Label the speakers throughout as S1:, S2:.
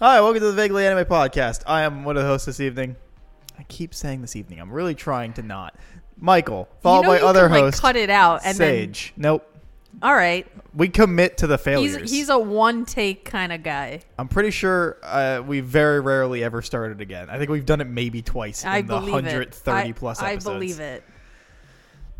S1: Hi, welcome to the Vaguely Anime Podcast. I am one of the hosts this evening. I keep saying this evening. I'm really trying to not. Michael, followed
S2: you know
S1: by
S2: you
S1: other
S2: can, like,
S1: host
S2: cut it out and then-
S1: Sage. Nope.
S2: All right.
S1: We commit to the failures.
S2: He's he's a one take kind of guy.
S1: I'm pretty sure uh, we very rarely ever started again. I think we've done it maybe twice
S2: I
S1: in the
S2: believe it.
S1: 130
S2: I-
S1: plus
S2: I
S1: episodes.
S2: believe it.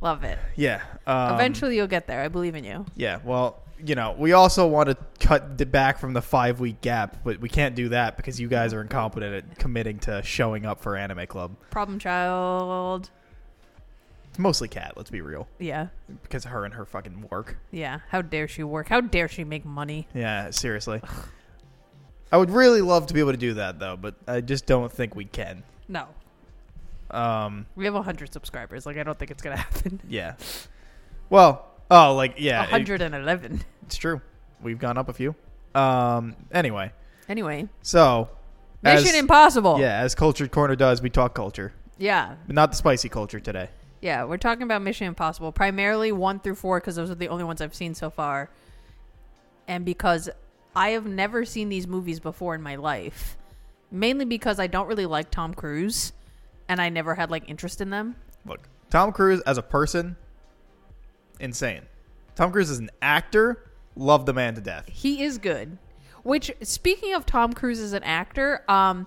S2: Love it.
S1: Yeah. Um,
S2: Eventually you'll get there. I believe in you.
S1: Yeah. Well, you know, we also want to cut d- back from the five week gap, but we can't do that because you guys are incompetent at committing to showing up for Anime Club.
S2: Problem child.
S1: It's mostly Kat, let's be real,
S2: Yeah.
S1: because her and her fucking work.
S2: Yeah. How dare she work? How dare she make money?
S1: Yeah, seriously. I would really love to be able to do that though, but I just don't think we can.
S2: No.
S1: Um,
S2: We have 100 subscribers. Like I don't think it's going to happen.
S1: yeah. Well, oh, like yeah, it-
S2: 111.
S1: it's true. We've gone up a few. Um, anyway,
S2: Anyway,
S1: so
S2: Mission
S1: as-
S2: Impossible.
S1: Yeah, as Cultured Corner does, we talk culture,
S2: Yeah.
S1: but not the spicy culture today.
S2: Yeah, we're talking about Mission Impossible, primarily one through four, because those are the only ones I've seen so far. And because I have never seen these movies before in my life, mainly because I don't really like Tom Cruise, and I never had like interest in them.
S1: Look, Tom Cruise as a person, insane. Tom Cruise as an actor, love the man to death.
S2: He is good. Which, speaking of Tom Cruise as an actor, um,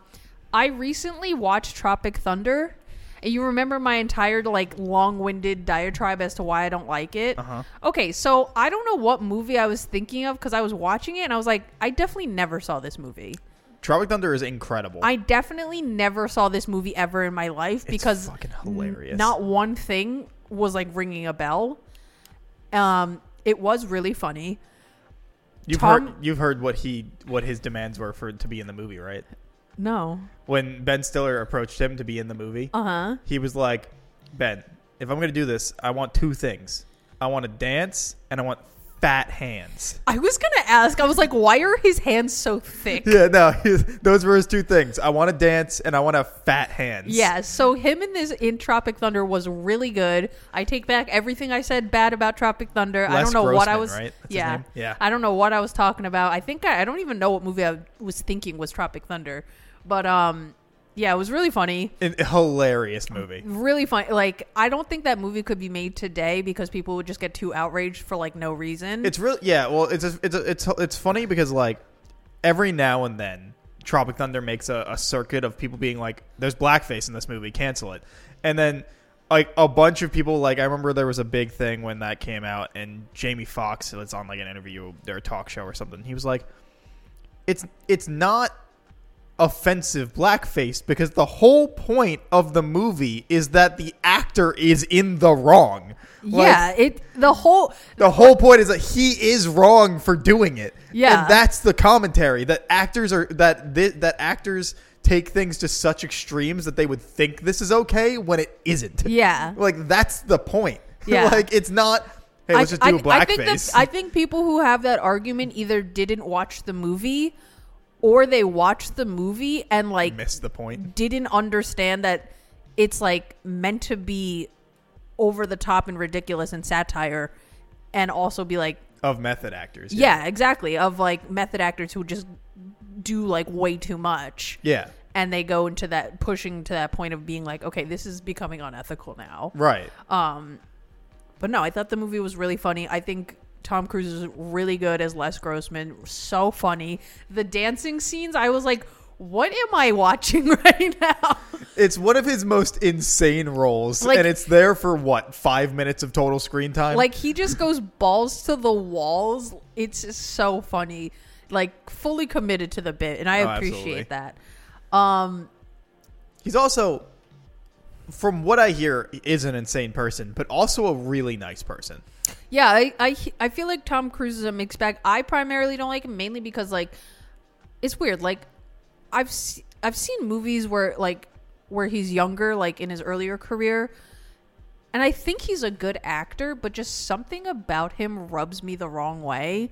S2: I recently watched Tropic Thunder. And you remember my entire like long-winded diatribe as to why I don't like it.
S1: Uh-huh.
S2: Okay, so I don't know what movie I was thinking of because I was watching it and I was like, I definitely never saw this movie.
S1: Tropic Thunder is incredible.
S2: I definitely never saw this movie ever in my life because
S1: fucking hilarious.
S2: not one thing was like ringing a bell. Um, it was really funny.
S1: You've
S2: Tom-
S1: heard you've heard what he what his demands were for to be in the movie, right?
S2: No,
S1: When Ben Stiller approached him to be in the movie,
S2: uh huh.
S1: he was like, "Ben, if I'm going to do this, I want two things. I want to dance and I want fat hands."
S2: I was gonna ask. I was like, why are his hands so thick? Yeah.
S1: Yeah, no, he- those were his two things. I want to dance and I want to have fat hands.
S2: so him in this in Tropic Thunder was really good. I take back everything I said bad about Tropic Thunder. I
S1: Les
S2: don't know what I
S1: Grossman,
S2: was.
S1: right? That's his
S2: yeah,
S1: name? Yeah.
S2: I don't know what I was talking about. I think I, I don't even know what movie I was thinking was Tropic Thunder, but um, yeah, it was really funny.
S1: An- hilarious movie.
S2: really fun. Like, I don't think that movie could be made today because people would just get too outraged for like no reason.
S1: It's really yeah. Well, it's a, it's a, it's it's funny because like every now and then, Tropic Thunder makes a, a circuit of people being like, "There's blackface in this movie, cancel it," and then like a bunch of people like I remember there was a big thing when that came out, and Jamie Foxx was on like an interview or a talk show or something. He was like, "It's it's not." offensive blackface because the whole point of the movie is that the actor is in the wrong. Like,
S2: yeah, it the whole
S1: the whole point is that he is wrong for doing it.
S2: Yeah.
S1: and that's the commentary that actors are that thi- that actors take things to such extremes that they would think this is okay when it isn't.
S2: yeah.
S1: like that's the point.
S2: Yeah.
S1: like it's not. Hey, let's just do a
S2: I think,
S1: blackface.
S2: that, I think people who have that argument either didn't watch the movie or they watched the movie and like
S1: missed the point.
S2: didn't understand that it's like meant to be over the top and ridiculous and satire and also be like
S1: Of method actors.
S2: yeah, exactly of like method actors who just do like way too much
S1: Yeah. Yeah.
S2: and they go into that pushing to that point of being like okay this is becoming unethical now
S1: Right.
S2: But no, I thought the movie was really funny. I think Tom Cruise is really good as Les Grossman. So funny. The dancing scenes, I was like, what am I watching right now?
S1: It's one of his most insane roles,
S2: Like-
S1: and it's there for what five minutes of total screen time.
S2: like he just goes balls to the walls. It's just so funny. Like fully committed to the bit, and I
S1: Oh, absolutely.
S2: appreciate that. Um,
S1: He's also, from what I hear, is an insane person, but also a really nice person.
S2: yeah, I, I I feel like Tom Cruise is a mixed bag. I primarily don't like him mainly because like it's weird. Like I've se- I've seen movies where like where he's younger, like in his earlier career, and I think he's a good actor, but just something about him rubs me the wrong way,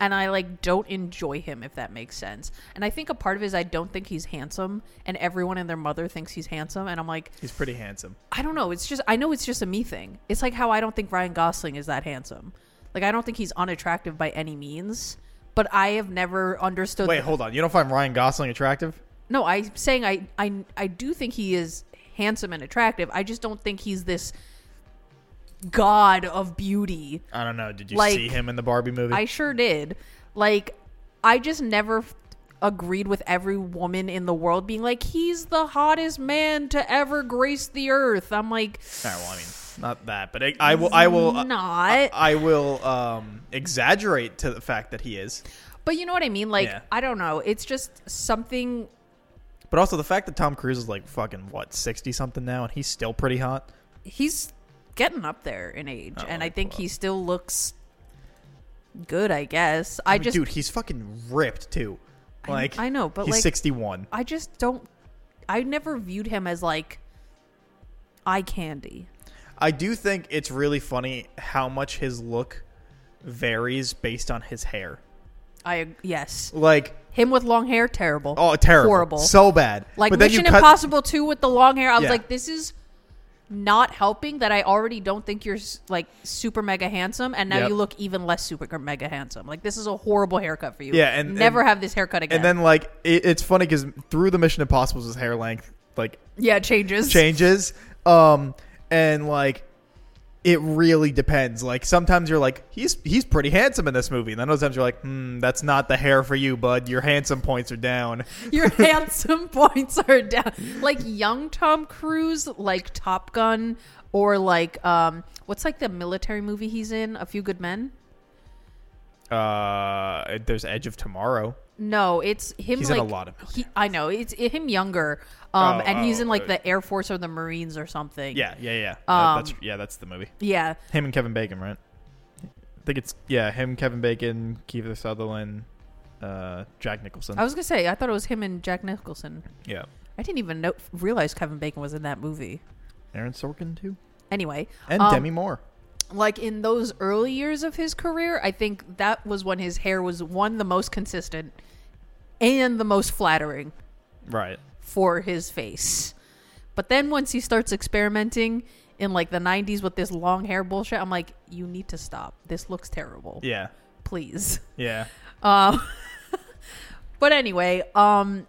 S2: and I like don't enjoy him if that makes sense. And I think a part of it is I don't think he's handsome, and everyone and their mother thinks he's handsome, and I'm like,
S1: He's pretty handsome.
S2: I don't know. It's just I know it's just a me thing. It's like how I don't think Ryan Gosling is that handsome. Like I don't think he's unattractive by any means, but I have never understood.
S1: Wait, hold on. You don't find Ryan Gosling attractive?
S2: No, I'm saying I, I I do think he is handsome and attractive. I just don't think he's this god of beauty.
S1: I don't know. Did you
S2: Like-
S1: see him in the Barbie movie?
S2: I sure did. Like I just never f- agreed with every woman in the world being like he's the hottest man to ever grace the earth. I'm like
S1: All right, well, I mean, not that, but I, I will. I will. uh,
S2: not.
S1: I will um, exaggerate to the fact that he is,
S2: but you know what I mean? Like
S1: Yeah.
S2: I don't know. It's just something
S1: but also the fact that Tom Cruise is like fucking what sixty something now, and he's still pretty hot.
S2: he's getting up there in age and I
S1: like,
S2: think
S1: well.
S2: he still looks good, I guess. I,
S1: mean,
S2: just
S1: dude, he's fucking ripped too.
S2: I-
S1: Like
S2: I know, but,
S1: he's
S2: like-
S1: sixty one.
S2: I just don't. I never viewed him as like eye candy.
S1: I do think it's really funny how much his look varies based on his hair.
S2: I yes,
S1: Like,
S2: him with long hair, terrible.
S1: oh, terrible,
S2: horrible.
S1: so bad.
S2: like
S1: but then you
S2: Mission
S1: cut.
S2: Impossible two with the long hair. I was
S1: Yeah.
S2: like, this is not helping. That I already don't think you're s- like super mega handsome, and now
S1: Yep.
S2: you look even less super mega handsome. Like this is a horrible haircut for you.
S1: Yeah, and-
S2: never
S1: and-
S2: have this haircut again.
S1: and then like it, it's funny because through the Mission Impossible's his hair length like
S2: yeah, it changes.
S1: changes. Um, and like it really depends. Like sometimes you're like, he's he's pretty handsome in this movie. And then other times you're like, hmm, that's not the hair for you, bud. Your handsome points are down.
S2: Your handsome points are down. Like young Tom Cruise, like Top Gun, or like um, what's like the military movie he's in? A Few Good Men.
S1: Uh, there's Edge of Tomorrow.
S2: No, it's him.
S1: He's in
S2: like,
S1: a lot of
S2: He, I know it's him younger, um,
S1: Oh,
S2: and he's
S1: oh,
S2: in like
S1: uh,
S2: the Air Force or the Marines or something.
S1: Yeah, yeah, yeah. That-
S2: Um,
S1: that's yeah, that's the movie.
S2: yeah.
S1: Him and Kevin Bacon, right? I think it's yeah, him, Kevin Bacon, Kiefer Sutherland, uh, Jack Nicholson.
S2: I was gonna say I thought it was him and Jack Nicholson.
S1: yeah,
S2: I didn't even know, realize Kevin Bacon was in that movie.
S1: Aaron Sorkin too,
S2: Anyway,
S1: and
S2: um,
S1: Demi Moore.
S2: like in those early years of his career, I think that was when his hair was one the most consistent and the most flattering
S1: Right.
S2: for his face. But then once he starts experimenting in like the 90s with this long hair bullshit, I'm like, you need to stop. This looks terrible.
S1: Yeah.
S2: Please.
S1: Yeah.
S2: Um But anyway, um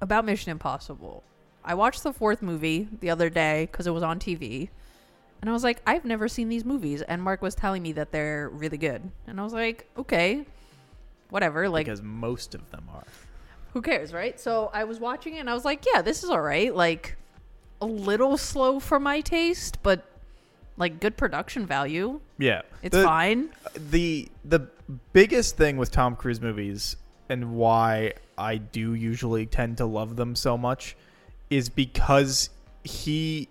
S2: about Mission Impossible. I watched the fourth movie the other day cuz it was on TV. And I was like, I've never seen these movies and Mark was telling me that they're really good. And I was like, okay. Whatever, like
S1: because most of them are.
S2: who cares, right? So I was watching it and I was like, yeah, this is all right. Like a little slow for my taste, but like good production value.
S1: Yeah.
S2: It's
S1: The-
S2: fine.
S1: the the biggest thing with Tom Cruise movies and why I do usually tend to love them so much is because he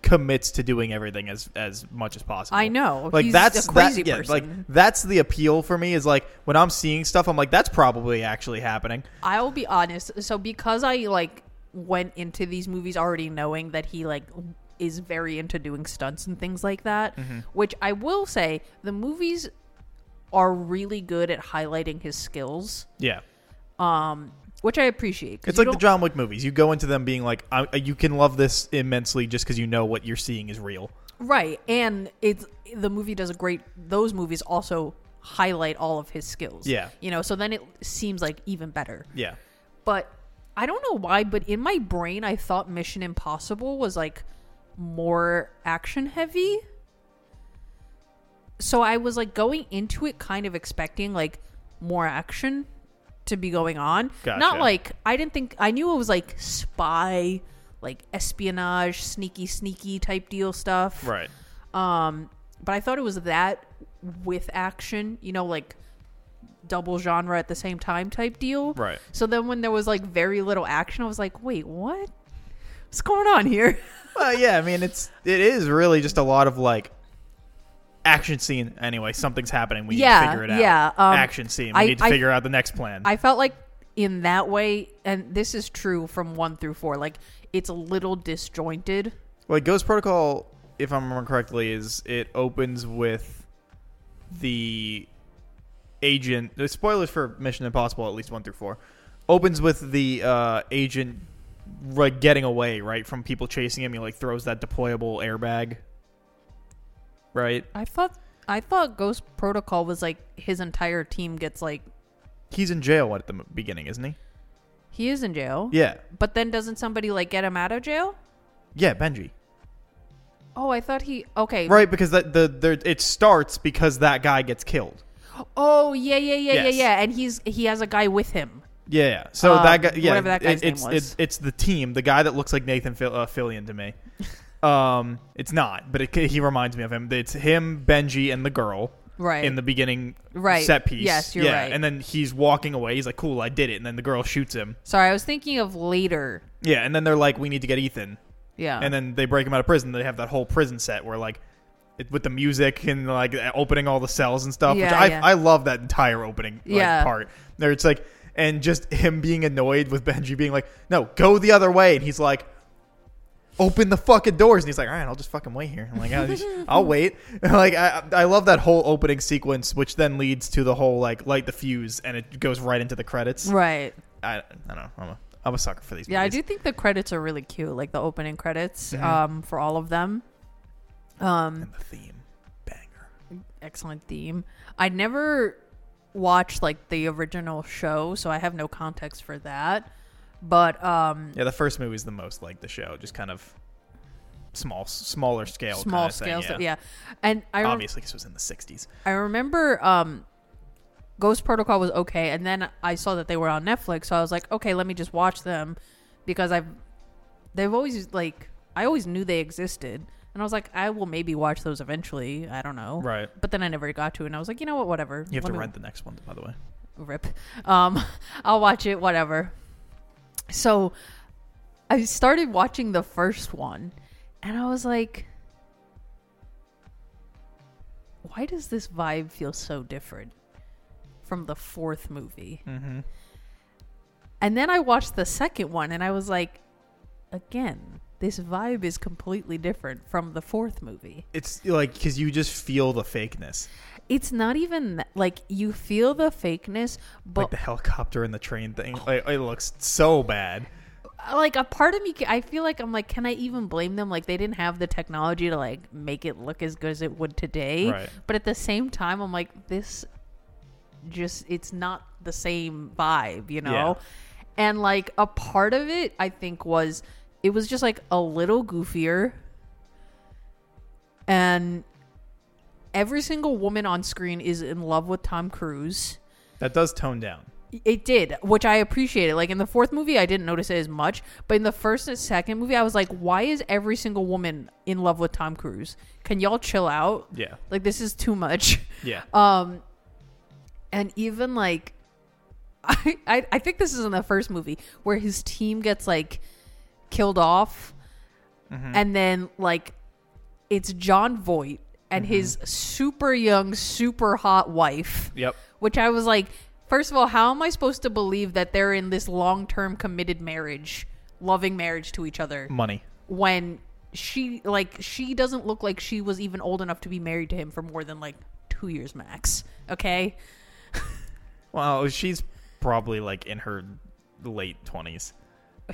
S1: commits to doing everything as as much as possible.
S2: I know.
S1: Like
S2: He's
S1: that's
S2: a crazy
S1: that, yeah,
S2: person.
S1: like that's the appeal for me is like when I'm seeing stuff I'm like that's probably actually happening.
S2: I'll be honest. So because I like went into these movies already knowing that he like is very into doing stunts and things like that,
S1: Mm-hmm.
S2: which I will say the movies are really good at highlighting his skills,
S1: Yeah.
S2: um, which I appreciate. 'cause
S1: It's
S2: you
S1: like the
S2: don't-
S1: John Wick movies. You go into them being like I, you can love this immensely just cuz you know what you're seeing is real.
S2: Right, and it's the movie does a great. Those movies also highlight all of his skills.
S1: Yeah.
S2: you know, so then it seems like even better.
S1: Yeah.
S2: But I don't know why, but in my brain, I thought Mission Impossible was like more action heavy. So I was like going into it kind of expecting like more action to be going on. Not
S1: Gotcha.
S2: like I didn't think I knew it was like spy, like espionage, sneaky, sneaky type deal stuff.
S1: Right.
S2: Um, but I thought it was that with action, you know, like double genre at the same time type deal.
S1: Right.
S2: So then when there was like very little action, I was like, wait, what? What's going on here?
S1: well, yeah, I mean, it's it is really just a lot of like action scene. Anyway, something's happening. We need
S2: Yeah,
S1: to figure it out.
S2: yeah, um,
S1: action scene. We
S2: I-
S1: need to
S2: I-
S1: figure out the next plan.
S2: I felt like in that way, and this is true from one through four, like it's a little disjointed.
S1: like Ghost Protocol, if I'm remembering correctly, is it opens with the agent. The spoilers for Mission Impossible, at least one through four, opens with the uh, agent like getting away right from people chasing him. He like throws that deployable airbag. Right.
S2: I thought I thought Ghost Protocol was like his entire team gets like
S1: He's in jail at the m- beginning, isn't he?
S2: he is in jail.
S1: Yeah,
S2: But then doesn't somebody like get him out of jail?
S1: yeah, Benji.
S2: Oh, I thought he okay.
S1: Right, because that the, the it starts because that guy gets killed.
S2: Oh yeah, yeah, yeah,
S1: Yes.
S2: yeah, yeah. And he's he has a guy with him.
S1: Yeah, yeah. so
S2: Um,
S1: that guy, yeah,
S2: whatever that guy's
S1: it- it's
S2: name was.
S1: it- it's the team, the guy that looks like Nathan Fil- uh, Fillion to me. um, it's not, but it, he reminds me of him. It's him, Benji, and the girl.
S2: Right.
S1: in the beginning
S2: Right.
S1: set piece.
S2: Yes, you're
S1: yeah.
S2: right.
S1: And then he's walking away. He's like, "Cool, I did it." And then the girl shoots him.
S2: Sorry, I was thinking of later.
S1: Yeah, and then they're like, "We need to get Ethan."
S2: Yeah.
S1: And then they break him out of prison. They have that whole prison set where like it, with the music and like opening all the cells and stuff. which
S2: Yeah,
S1: I
S2: yeah.
S1: I love that entire opening like,
S2: Yeah.
S1: part. There it's like and just him being annoyed with Benji being like, "No, go the other way," and he's like. Open the fucking doors, and he's like, "All right, I'll just fucking wait here." I'm like, "I'll, just, I'll wait." like, I, I love that whole opening sequence, which then leads to the whole like light the fuse, and it goes right into the credits.
S2: right.
S1: I, I don't know. I'm a, I'm a sucker for these.
S2: Mm. Yeah, I
S1: movies.
S2: do think the credits are really cute, like the opening credits
S1: Mhm.
S2: um, for all of them. Um,
S1: And the theme, banger.
S2: excellent theme. I never watched like the original show, so I have no context for that. But um,
S1: Yeah, the first movie is the most like the show, just kind of small, smaller scale,
S2: small
S1: kinda
S2: scale,
S1: Thing,
S2: stuff, yeah. And I rem-
S1: Obviously, because it was in the '60s.
S2: I remember um, Ghost Protocol was okay, and then I saw that they were on Netflix, so I was like, okay, let me just watch them because I've they've always like I always knew they existed, and I was like, I will maybe watch those eventually. I don't know,
S1: Right.
S2: But then I never got to, it, and I was like, you know what, whatever.
S1: You have
S2: Let
S1: to
S2: me-
S1: rent the next one, by the way.
S2: rip. Um, I'll watch it, whatever. So I started watching the first one, and I was like, why does this vibe feel so different from the fourth movie?
S1: Mm-hmm.
S2: And then I watched the second one, and I was like, again, this vibe is completely different from the fourth movie.
S1: It's like because you just feel the fakeness,
S2: It's not even that, like you feel the fakeness, but
S1: like the helicopter and the train thing. Like, it looks so bad.
S2: like a part of me ca- i feel like i'm like can i even blame them like they didn't have the technology to like make it look as good as it would today
S1: Right.
S2: but at the same time i'm like this just it's not the same vibe you know and like a part of it i think was it was just like a little goofier and every single woman on screen is in love with tom cruise
S1: That does tone down.
S2: it did, which I appreciated. Like in the fourth movie, I didn't notice it as much, but in the first and second movie, I was like, "Why is every single woman in love with Tom Cruise? Can y'all chill out?
S1: Yeah,
S2: Like this is too much."
S1: yeah.
S2: Um, and even like, I, I I think this is in the first movie where his team gets like killed off, and then like it's John Voight and his super young, super hot wife
S1: yep.
S2: which I was like, first of all, how am I supposed to believe that they're in this long term committed marriage, loving marriage to each other,
S1: Money.
S2: when she like she doesn't look like she was even old enough to be married to him for more than like two years max. Okay,
S1: Well, she's probably like in her late 20s.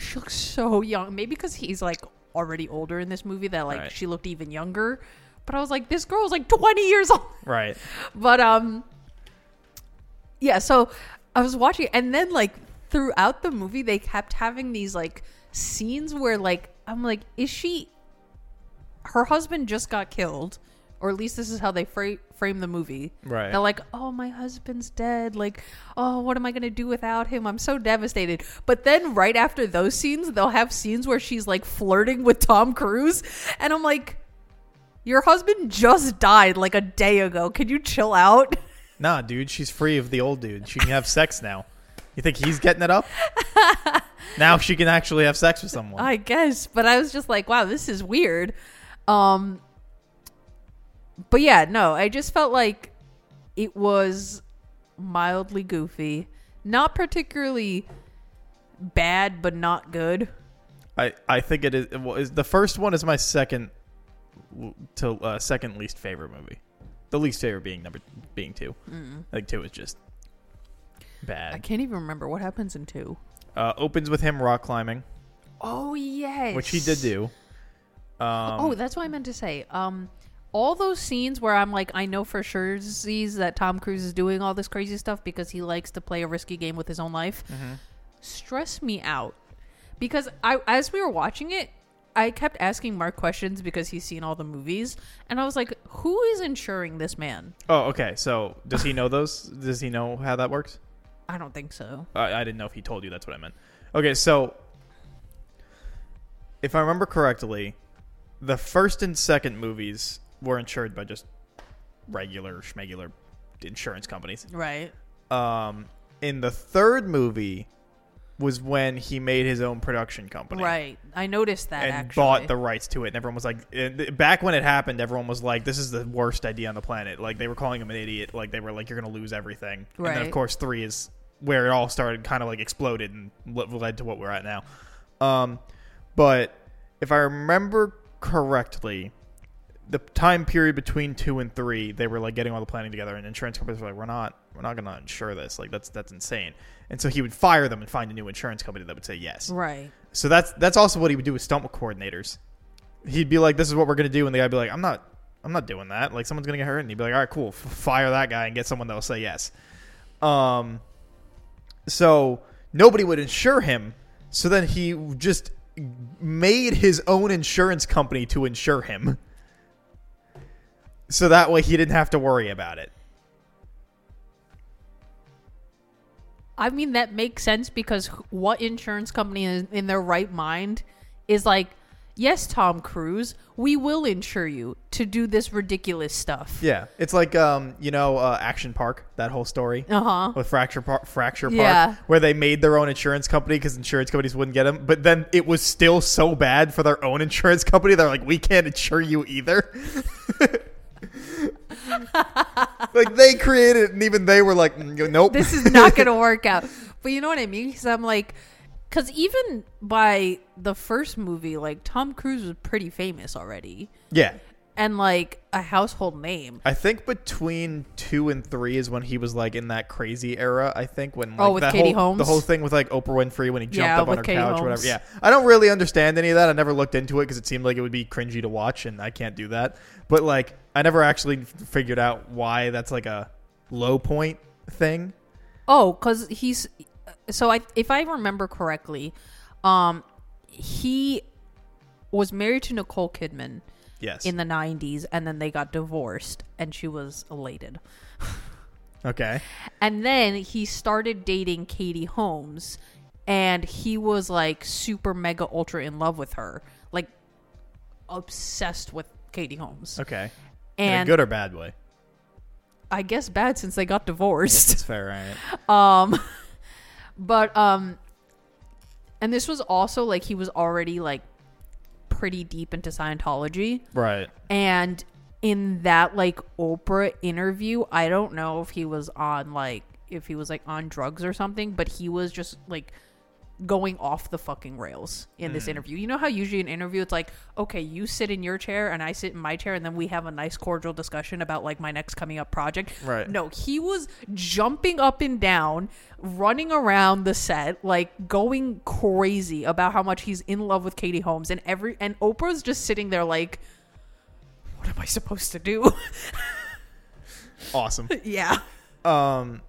S2: she looks so young. Maybe because he's like already older in this movie that like
S1: Right.
S2: she looked even younger. But I was like, this girl's like twenty years old.
S1: Right.
S2: but um yeah so i was watching and then like throughout the movie they kept having these like scenes where like i'm like is she her husband just got killed or at least this is how they fra- frame the movie
S1: Right.
S2: they're like oh my husband's dead like oh what am i gonna do without him i'm so devastated but then right after those scenes they'll have scenes where she's like flirting with tom cruise and i'm like your husband just died like a day ago. Can you chill out?
S1: Nah, dude, she's free of the old dude. She can have sex now. You think he's getting it up? now she can actually have sex with someone.
S2: I guess, but I was just like, wow, this is weird. Um But yeah, no, I just felt like it was mildly goofy, not particularly bad but not good.
S1: I, I think it is, it was- the first one is my second l- to uh, second least favorite movie. The least favorite being number being two. I think two is just
S2: I
S1: bad.
S2: can't even remember what happens in 2.
S1: Uh, opens with him rock climbing,
S2: Oh yes.
S1: which he did do. Um,
S2: oh, that's what I meant to say. Um all those scenes where I'm like, I know for sure sees that Tom Cruise is doing all this crazy stuff because he likes to play a risky game with his own life,
S1: Mm-hmm.
S2: stress me out. Because I, as we were watching it, I kept asking Mark questions because he's seen all the movies, and I was like, "Who is insuring this man?"
S1: Oh, okay. So does he know those? Does he know how that works?
S2: I don't think so.
S1: I, I didn't know if he told you. That's what I meant. Okay, so if I remember correctly, the first and second movies were insured by just regular schmegular insurance companies.
S2: Right.
S1: Um, in the third movie was when he made his own production company.
S2: Right. I noticed that
S1: And
S2: actually.
S1: bought the rights to it, and everyone was like, and th- back when it happened, everyone was like, "This is the worst idea on the planet." Like they were calling him an idiot. Like they were like, "You're gonna lose everything." And then, of
S2: Right.
S1: course, three is where it all started, kind of like exploded and le- led to what we're at now. Um, but if I remember correctly, the time period between two and three, they were like getting all the planning together, and insurance companies were like, "We're not, we're not gonna insure this. Like that's that's insane." And so he would fire them and find a new insurance company that would say yes.
S2: right.
S1: So that's that's also what he would do with stunt coordinators. He'd be like, "This is what we're gonna do," and the guy'd be like, "I'm not, I'm not doing that. Like someone's gonna get hurt," and he'd be like, "All right, cool, F- fire that guy and get someone that'll say yes." Um, so nobody would insure him. So then he just made his own insurance company to insure him. So that way he didn't have to worry about it.
S2: I mean, that makes sense because wh- what insurance company is in their right mind is like, yes, Tom Cruise, we will insure you to do this ridiculous stuff.
S1: Yeah, it's like um, you know, uh, Action Park, that whole story.
S2: Uh huh.
S1: with Fracture Park, Fracture Park,
S2: Yeah.
S1: where they made their own insurance company because insurance companies wouldn't get them. But then it was still so bad for their own insurance company. They're like, we can't insure you either. like they created it, and even they were like, "Mm, nope.
S2: This is not going to work out. But you know what I mean? Because I'm like, because even by the first movie, like, Tom Cruise was pretty famous already
S1: yeah.
S2: and like a household name.
S1: I think between two and three is when he was like in that crazy era. I think when like,
S2: Oh, with
S1: that
S2: Katie
S1: whole,
S2: Holmes?
S1: the whole thing with like Oprah Winfrey when he jumped
S2: Yeah,
S1: up on
S2: with
S1: her
S2: Katie
S1: couch, or
S2: Holmes.
S1: whatever. Yeah, I don't really understand any of that. I never looked into it because it seemed like it would be cringy to watch, and I can't do that. But like, I never actually f- figured out why that's like a low point thing.
S2: Oh, because he's so I if I remember correctly, um, he was married to Nicole Kidman
S1: Yes.
S2: in the '90s, and then they got divorced, and she was elated.
S1: okay.
S2: And then he started dating Katie Holmes, and he was like super mega ultra in love with her, like obsessed with Katie Holmes.
S1: Okay. in a
S2: And
S1: good or bad way.
S2: I guess bad since they got divorced.
S1: It's fair, right?
S2: Um, but um, and this was also like he was already like pretty deep into Scientology,
S1: Right.
S2: and in that like Oprah interview, I don't know if he was on like if he was like on drugs or something, but he was just like going off the fucking rails in this interview. You know how usually in interview it's like, okay, you sit in your chair and I sit in my chair and then we have a nice cordial discussion about like my next coming up project.
S1: Right.
S2: No, he was jumping up and down, running around the set, like going crazy about how much he's in love with Katie Holmes and every and Oprah's just sitting there like what am I supposed to do?
S1: Awesome.
S2: yeah.
S1: Um,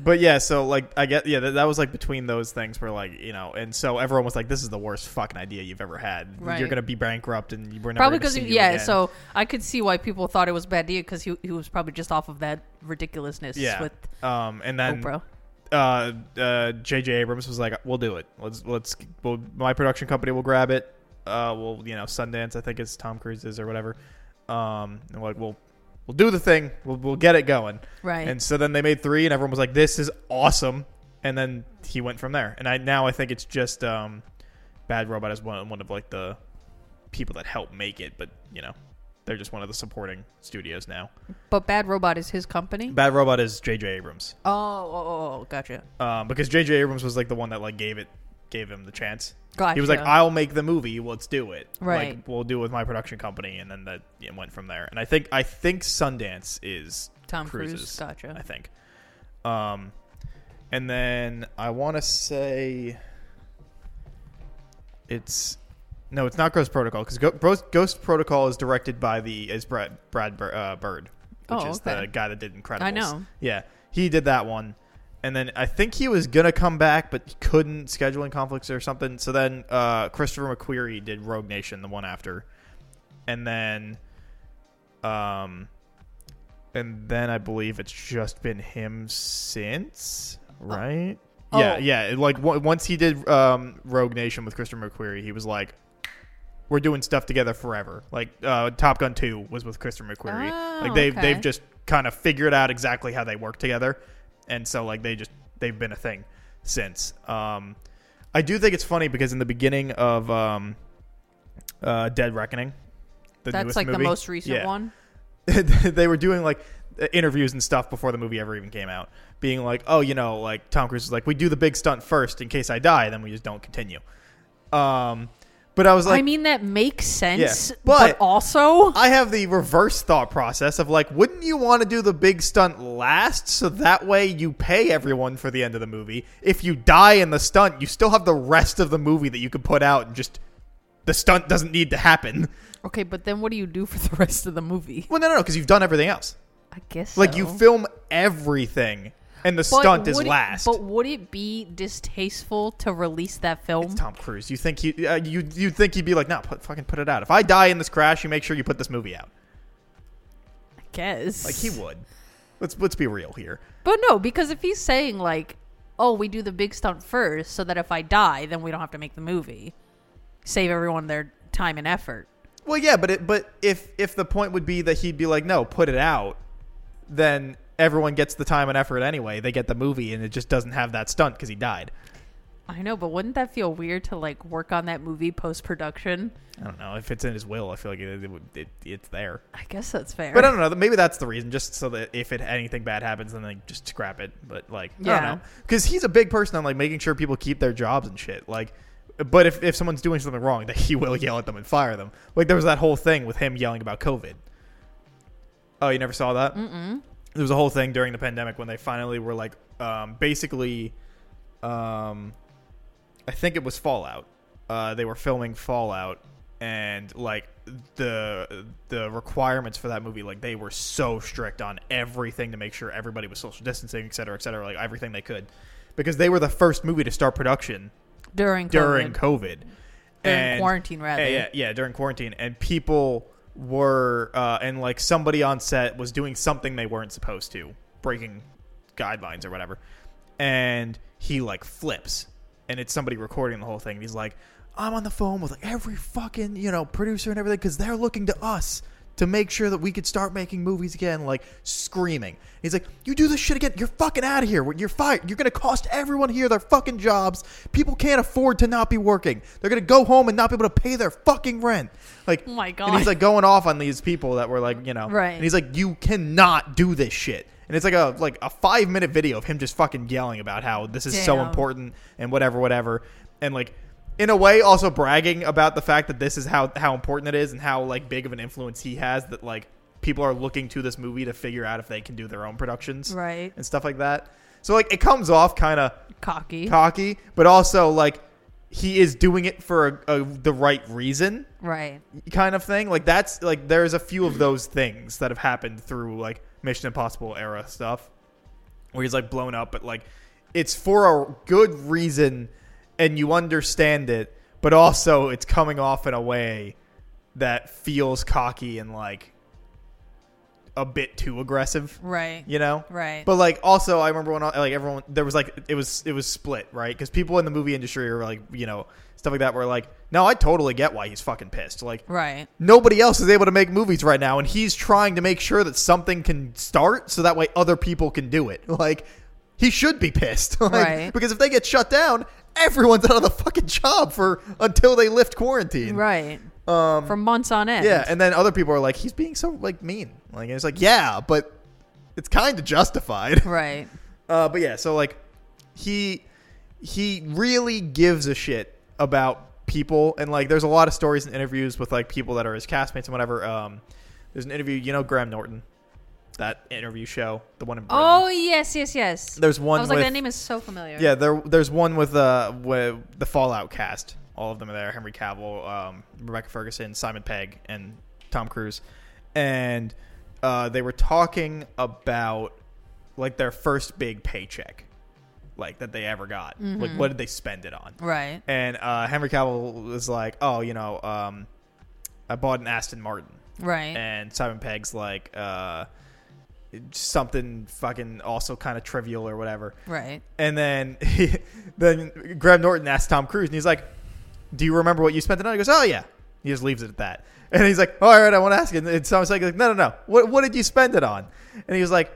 S1: but yeah, so like I get yeah that, that was like between those things where like you know, and so everyone was like, "This is the worst fucking idea you've ever had.
S2: Right.
S1: You're gonna be bankrupt, and you- we're never
S2: Probably
S1: gonna
S2: because,
S1: see you
S2: yeah,
S1: again."
S2: so I could see why people thought it was a bad idea because he, he was probably just off of that ridiculousness
S1: yeah.
S2: with
S1: um, and then
S2: Oprah.
S1: uh, uh, J.J. Abrams was like, "We'll do it. Let's let's we'll, my production company will grab it. Uh, we'll you know Sundance, I think it's Tom Cruise's or whatever. Um, and like we'll we'll do the thing. We'll we'll get it going.
S2: Right.
S1: And so then they made three, and everyone was like, "This is awesome." And then he went from there. And I now I think it's just um, Bad Robot is one one of like the people that helped make it, but you know. They're just one of the supporting studios now.
S2: But Bad Robot is his company?
S1: Bad Robot is J.J. Abrams.
S2: Oh, oh, oh, oh, gotcha.
S1: um, because J.J. Abrams was like the one that like gave it gave him the chance.
S2: Gotcha.
S1: He was like, "I'll make the movie. Let's do it.
S2: Right.
S1: Like, we'll do it with my production company." And then that it went from there. And I think I think Sundance is
S2: Tom Cruise,
S1: Cruise's,
S2: gotcha.
S1: I think. Um, and then I want to say it's No, it's not Ghost Protocol because Ghost, Ghost Protocol is directed by the is Brad Brad Bur- uh, Bird, which
S2: Oh,
S1: is
S2: okay.
S1: the guy that did Incredibles.
S2: I know.
S1: Yeah, he did that one, and then I think he was gonna come back, but he couldn't scheduling conflicts or something. So then uh, Christopher McQuarrie did Rogue Nation, the one after, and then, um, and then I believe it's just been him since, right?
S2: Oh.
S1: Yeah, yeah. it- Like w- once he did um, Rogue Nation with Christopher McQuarrie, he was like, "We're doing stuff together forever." Like uh, Top Gun Two was with Christopher McQuarrie.
S2: Oh,
S1: like they've
S2: okay.
S1: they've just kind of figured out exactly how they work together, and so like they just they've been a thing since. Um, I do think it's funny because in the beginning of um, uh, Dead Reckoning, the
S2: That's
S1: newest
S2: like the
S1: movie-
S2: most recent
S1: yeah.
S2: one.
S1: they were doing like interviews and stuff before the movie ever even came out, being like, "Oh, you know, like Tom Cruise is like, we do the big stunt first in case I die, then we just don't continue." Um, but I was like,
S2: I mean, that makes sense,
S1: Yeah,
S2: but,
S1: but-
S2: also,
S1: I have the reverse thought process of like, wouldn't you want to do the big stunt last so that way you pay everyone for the end of the movie? If you die in the stunt, you still have the rest of the movie that you could put out and just the stunt doesn't need to happen.
S2: okay. But then, what do you do for the rest of the movie?
S1: Well, no, no, no, because you've done everything else.
S2: I guess
S1: Like you
S2: so.
S1: film everything, and the
S2: But
S1: stunt is
S2: would it-
S1: last.
S2: But would it be distasteful to release that film?
S1: it's Tom Cruise. You think he? Uh, you you think he'd be like, no, put, fucking put it out. If I die in this crash, you make sure you put this movie out.
S2: I guess.
S1: Like he would. Let's let's be real here.
S2: But no, because if he's saying like, "Oh, we do the big stunt first, so that if I die, then we don't have to make the movie, save everyone their time and effort."
S1: Well, yeah, but it, but if if the point would be that he'd be like, no, put it out, then everyone gets the time and effort anyway. They get the movie, and it just doesn't have that stunt because he died.
S2: I know, but wouldn't that feel weird to like work on that movie post production?
S1: I don't know if it's in his will. I feel like it, it, would- it, it's there.
S2: I guess that's fair.
S1: But uh, I don't know. Maybe that's the reason, just so that if it, anything bad happens, then they just scrap it. But like, I
S2: Yeah.
S1: don't know, because he's a big person on like making sure people keep their jobs and shit. Like, but if, if someone's doing something wrong, that he will yell at them and fire them. Like there was that whole thing with him yelling about COVID. Oh, you never saw that? Mm-mm. There was a whole thing during the pandemic when they finally were like, um, basically, um, I think it was Fallout. Uh, they were filming Fallout, and like the the requirements for that movie, like they were so strict on everything to make sure everybody was social distancing, et cetera, et cetera, like everything they could, because they were the first movie to start production
S2: during
S1: during
S2: COVID.
S1: COVID,
S2: During
S1: And- eh,
S2: quarantine, rather.
S1: Yeah, yeah, yeah, during quarantine, and people were uh, and like somebody on set was doing something they weren't supposed to, breaking guidelines or whatever, and he like flips, and it's somebody recording the whole thing, and he's like, "I'm on the phone with like every fucking you know producer and everything because they're looking to us." To make sure that we could start making movies again, like screaming. He's like, You do this shit again, you're fucking out of here. You're fired. You're gonna cost everyone here their fucking jobs. People can't afford to not be working. They're gonna go home and not be able to pay their fucking rent. Like,
S2: Oh my
S1: And
S2: God.
S1: he's like going off on these people that were like, you know,
S2: Right.
S1: And he's like, you cannot do this shit. And it's like a like a five minute video of him just fucking yelling about how this is so
S2: Damn.
S1: important and whatever, whatever, and like. In a way, also bragging about the fact that this is how, how important it is and how like big of an influence he has that like people are looking to this movie to figure out if they can do their own productions
S2: Right.
S1: and stuff like that. So like it comes off kind of
S2: Cocky.
S1: cocky, but also like he is doing it for a, a, the right reason,
S2: right.
S1: kind of thing. Like that's like there's a few of those things that have happened through like Mission Impossible era stuff, where he's like blown up, but like it's for a good reason, and you understand it, but also it's coming off in a way that feels cocky and like a bit too aggressive,
S2: Right.
S1: you know?
S2: Right.
S1: But like, also, I remember when like everyone there was like it was it was split right because people in the movie industry are like you know stuff like that were like, no, I totally get why he's fucking pissed. Like
S2: right.
S1: nobody else is able to make movies right now, and he's trying to make sure that something can start so that way other people can do it. Like he should be pissed, like,
S2: Right.
S1: Because if they get shut down, everyone's out of the fucking job for until they lift quarantine,
S2: Right.
S1: Um,
S2: For months on end.
S1: yeah, and then other people are like, he's being so like mean, like and it's like yeah, but it's kind of justified.
S2: right.
S1: Uh, but yeah, so like he he really gives a shit about people, and like there's a lot of stories and interviews with like people that are his castmates and whatever. Um, there's an interview, you know, Graham Norton, that interview show, the one in Britain.
S2: Oh yes, yes, yes.
S1: There's one
S2: I was like,
S1: with-
S2: that name is so familiar.
S1: yeah, there there's one with uh with the Fallout cast All of them are there. Henry Cavill, um, Rebecca Ferguson, Simon Pegg, and Tom Cruise. And uh, they were talking about like their first big paycheck, like that they ever got. Like, what did they spend it on?
S2: Right.
S1: And uh, Henry Cavill was like, "Oh, you know, um, I bought an Aston Martin."
S2: Right.
S1: And Simon Pegg's like, uh, "Something fucking also kind of trivial or whatever."
S2: right.
S1: And then he, then Graham Norton asked Tom Cruise, and he's like, "Do you remember what you spent the night?" He goes, "Oh yeah." He just leaves it at that. And he's like, "All right, I want to ask you." And Tom's like, "No, no, no. What what did you spend it on?" And he was like,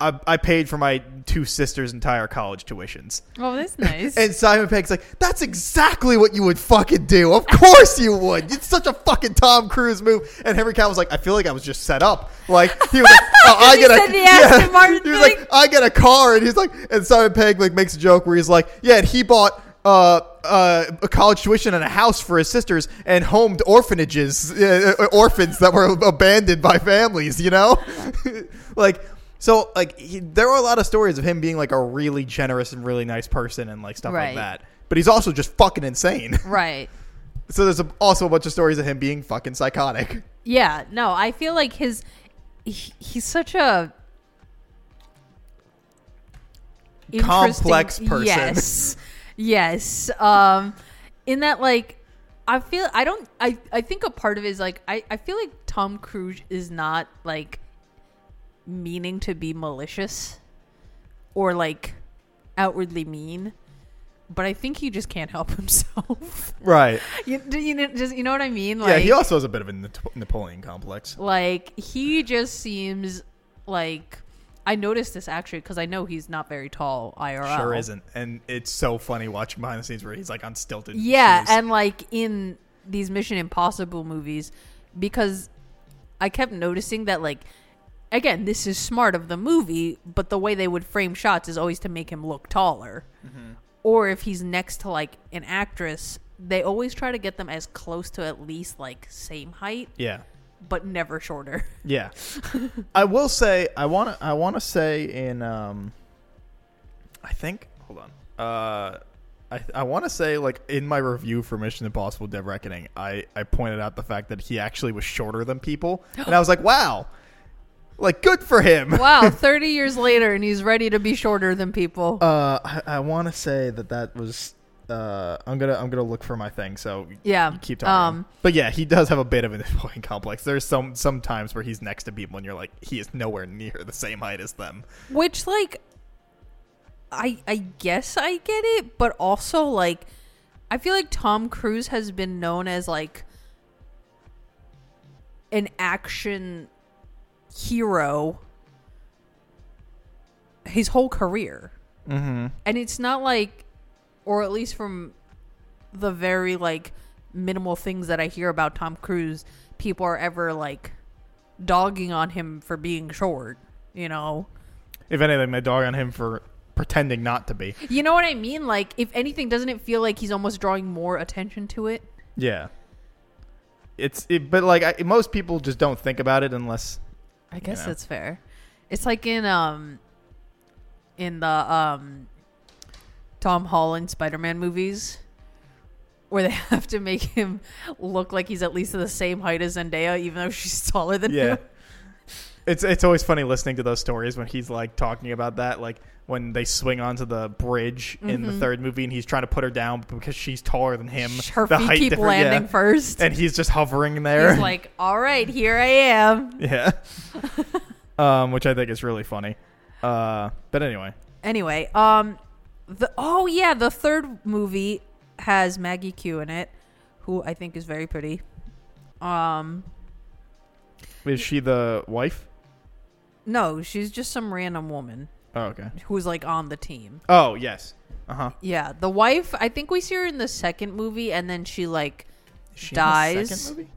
S1: "I I paid for my two sisters' entire college tuitions."
S2: Oh, that's nice.
S1: And Simon Pegg's like, that's exactly what you would fucking do. Of course you would. It's such a fucking Tom Cruise move. And Henry Cavill's like, I feel like I was just set up. Like he was like, oh, I
S2: He
S1: get
S2: said
S1: a
S2: the Aston Martin
S1: he was
S2: thing.
S1: like, I get a car, and he's like, and Simon Pegg like makes a joke where he's like, yeah, and he bought. Uh, uh, a college tuition and a house for his sisters, and homed orphanages, uh, uh, orphans that were abandoned by families. You know, like so, like he, there were a lot of stories of him being like a really generous and really nice person, and like stuff like
S2: Right.
S1: that. But he's also just fucking insane.
S2: right.
S1: so there's a, also a bunch of stories of him being fucking psychotic.
S2: Yeah. No, I feel like his he, he's such a interesting-
S1: Complex person.
S2: Yes. Yes. Um in that like I feel I don't I I think a part of it is like I I feel like Tom Cruise is not like meaning to be malicious or like outwardly mean, but I think he just can't help himself.
S1: Right.
S2: you, do you know, just you know what I mean?
S1: yeah. He also has a bit of a Nat- Napoleon complex.
S2: Like he just seems like I noticed this actually because I know he's not very tall. IRL
S1: Sure isn't. And it's so funny watching behind the scenes where he's like on stilted.
S2: Yeah,
S1: shoes.
S2: and like in these Mission Impossible movies, because I kept noticing that like. Again, this is smart of the movie, but the way they would frame shots is always to make him look taller.
S1: Mm-hmm.
S2: Or if he's next to like an actress, they always try to get them as close to at least like same height,
S1: yeah.
S2: but never shorter.
S1: Yeah. I will say I want to I want to say in um I think hold on. Uh I, I want to say like in my review for Mission Impossible Dead Reckoning, I I pointed out the fact that he actually was shorter than people and I was like, "Wow." Like good for him.
S2: Wow, 30 years later, and he's ready to be shorter than people.
S1: Uh I, I want to say that that was uh, I'm gonna I'm gonna look for my thing. So
S2: Yeah,
S1: you keep talking.
S2: um,
S1: but yeah, he does have a bit of an annoying complex. There's some some times where he's next to people and you're like, he is nowhere near the same height as them.
S2: Which, like, I I guess I get it, but also like, I feel like Tom Cruise has been known as like an action hero his whole career, mm-hmm. and it's not like, or at least from the very like minimal things that I hear about Tom Cruise, people are ever like dogging on him for being short, you know.
S1: If anything, my dog on him for pretending not to be.
S2: You know what I mean? Like, if anything, doesn't it feel like he's almost drawing more attention to it?
S1: Yeah. It's it, but like I, most people just don't think about it unless
S2: I guess
S1: Yeah.
S2: that's fair. It's like in um, in the um, Tom Holland Spider-Man movies, where they have to make him look like he's at least the same height as Zendaya, even though she's taller than him.
S1: It's it's always funny listening to those stories when he's like talking about that, like when they swing onto the bridge in
S2: Mm-hmm.
S1: the third movie and he's trying to put her down because she's taller than him.
S2: Her
S1: the
S2: feet keep
S1: difference- yeah.
S2: landing first.
S1: and he's just hovering there.
S2: He's like, "All right, here I am."
S1: yeah, um, which I think is really funny. Uh, but anyway,
S2: Anyway, um, the oh yeah, the third movie has Maggie Q in it, who I think is very pretty. Um,
S1: is she the wife?
S2: no, she's just some random woman
S1: Oh, okay.
S2: who's like on the team.
S1: Oh, yes. Uh huh.
S2: Yeah, the wife. I think we see her in the second movie, and then she like dies.
S1: movie?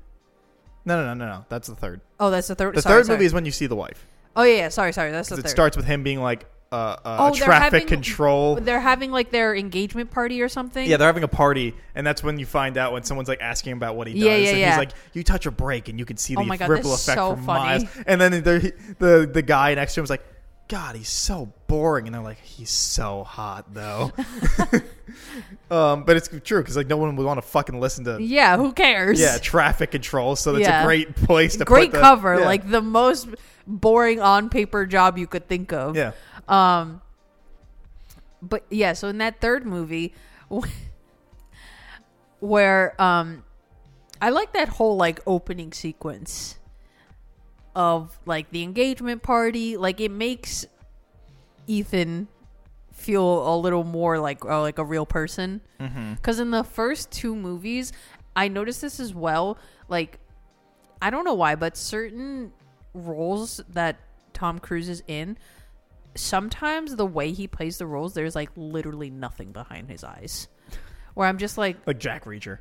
S1: No, no, no, no, no. That's the third.
S2: Oh, that's the third.
S1: The
S2: sorry,
S1: third
S2: sorry.
S1: movie is when you see the wife.
S2: Oh yeah, yeah, sorry, sorry. That's the
S1: 'Cause
S2: third.
S1: it starts with him being like uh, uh,
S2: Oh,
S1: a
S2: they're
S1: traffic
S2: having-
S1: control.
S2: They're having like their engagement party or something.
S1: Yeah, they're having a party, and that's when you find out when someone's like asking about what he does,
S2: Yeah, yeah,
S1: and
S2: yeah.
S1: he's like, "You touch a brake, and you can see the
S2: Oh my God,
S1: ripple
S2: that's
S1: effect
S2: so
S1: from
S2: funny.
S1: miles." And then the, the the guy next to him was like, "God, he's so boring," and they're like, "He's so hot, though." Um, but it's true because like no one would want to fucking listen to
S2: Yeah, who cares?
S1: yeah traffic control. So that's
S2: Yeah.
S1: a great place to
S2: Great
S1: put the-
S2: cover,
S1: yeah.
S2: like the most boring on paper job you could think of.
S1: yeah.
S2: Um, but yeah, so in that third movie, where um, I like that whole like opening sequence of like the engagement party, like it makes Ethan feel a little more like uh, like a real person. Because in the first two movies, I noticed this as well. Like, I don't know why, but certain roles that Tom Cruise is in, sometimes the way he plays the roles, there's like literally nothing behind his eyes. Where I'm just like,
S1: like Jack Reacher.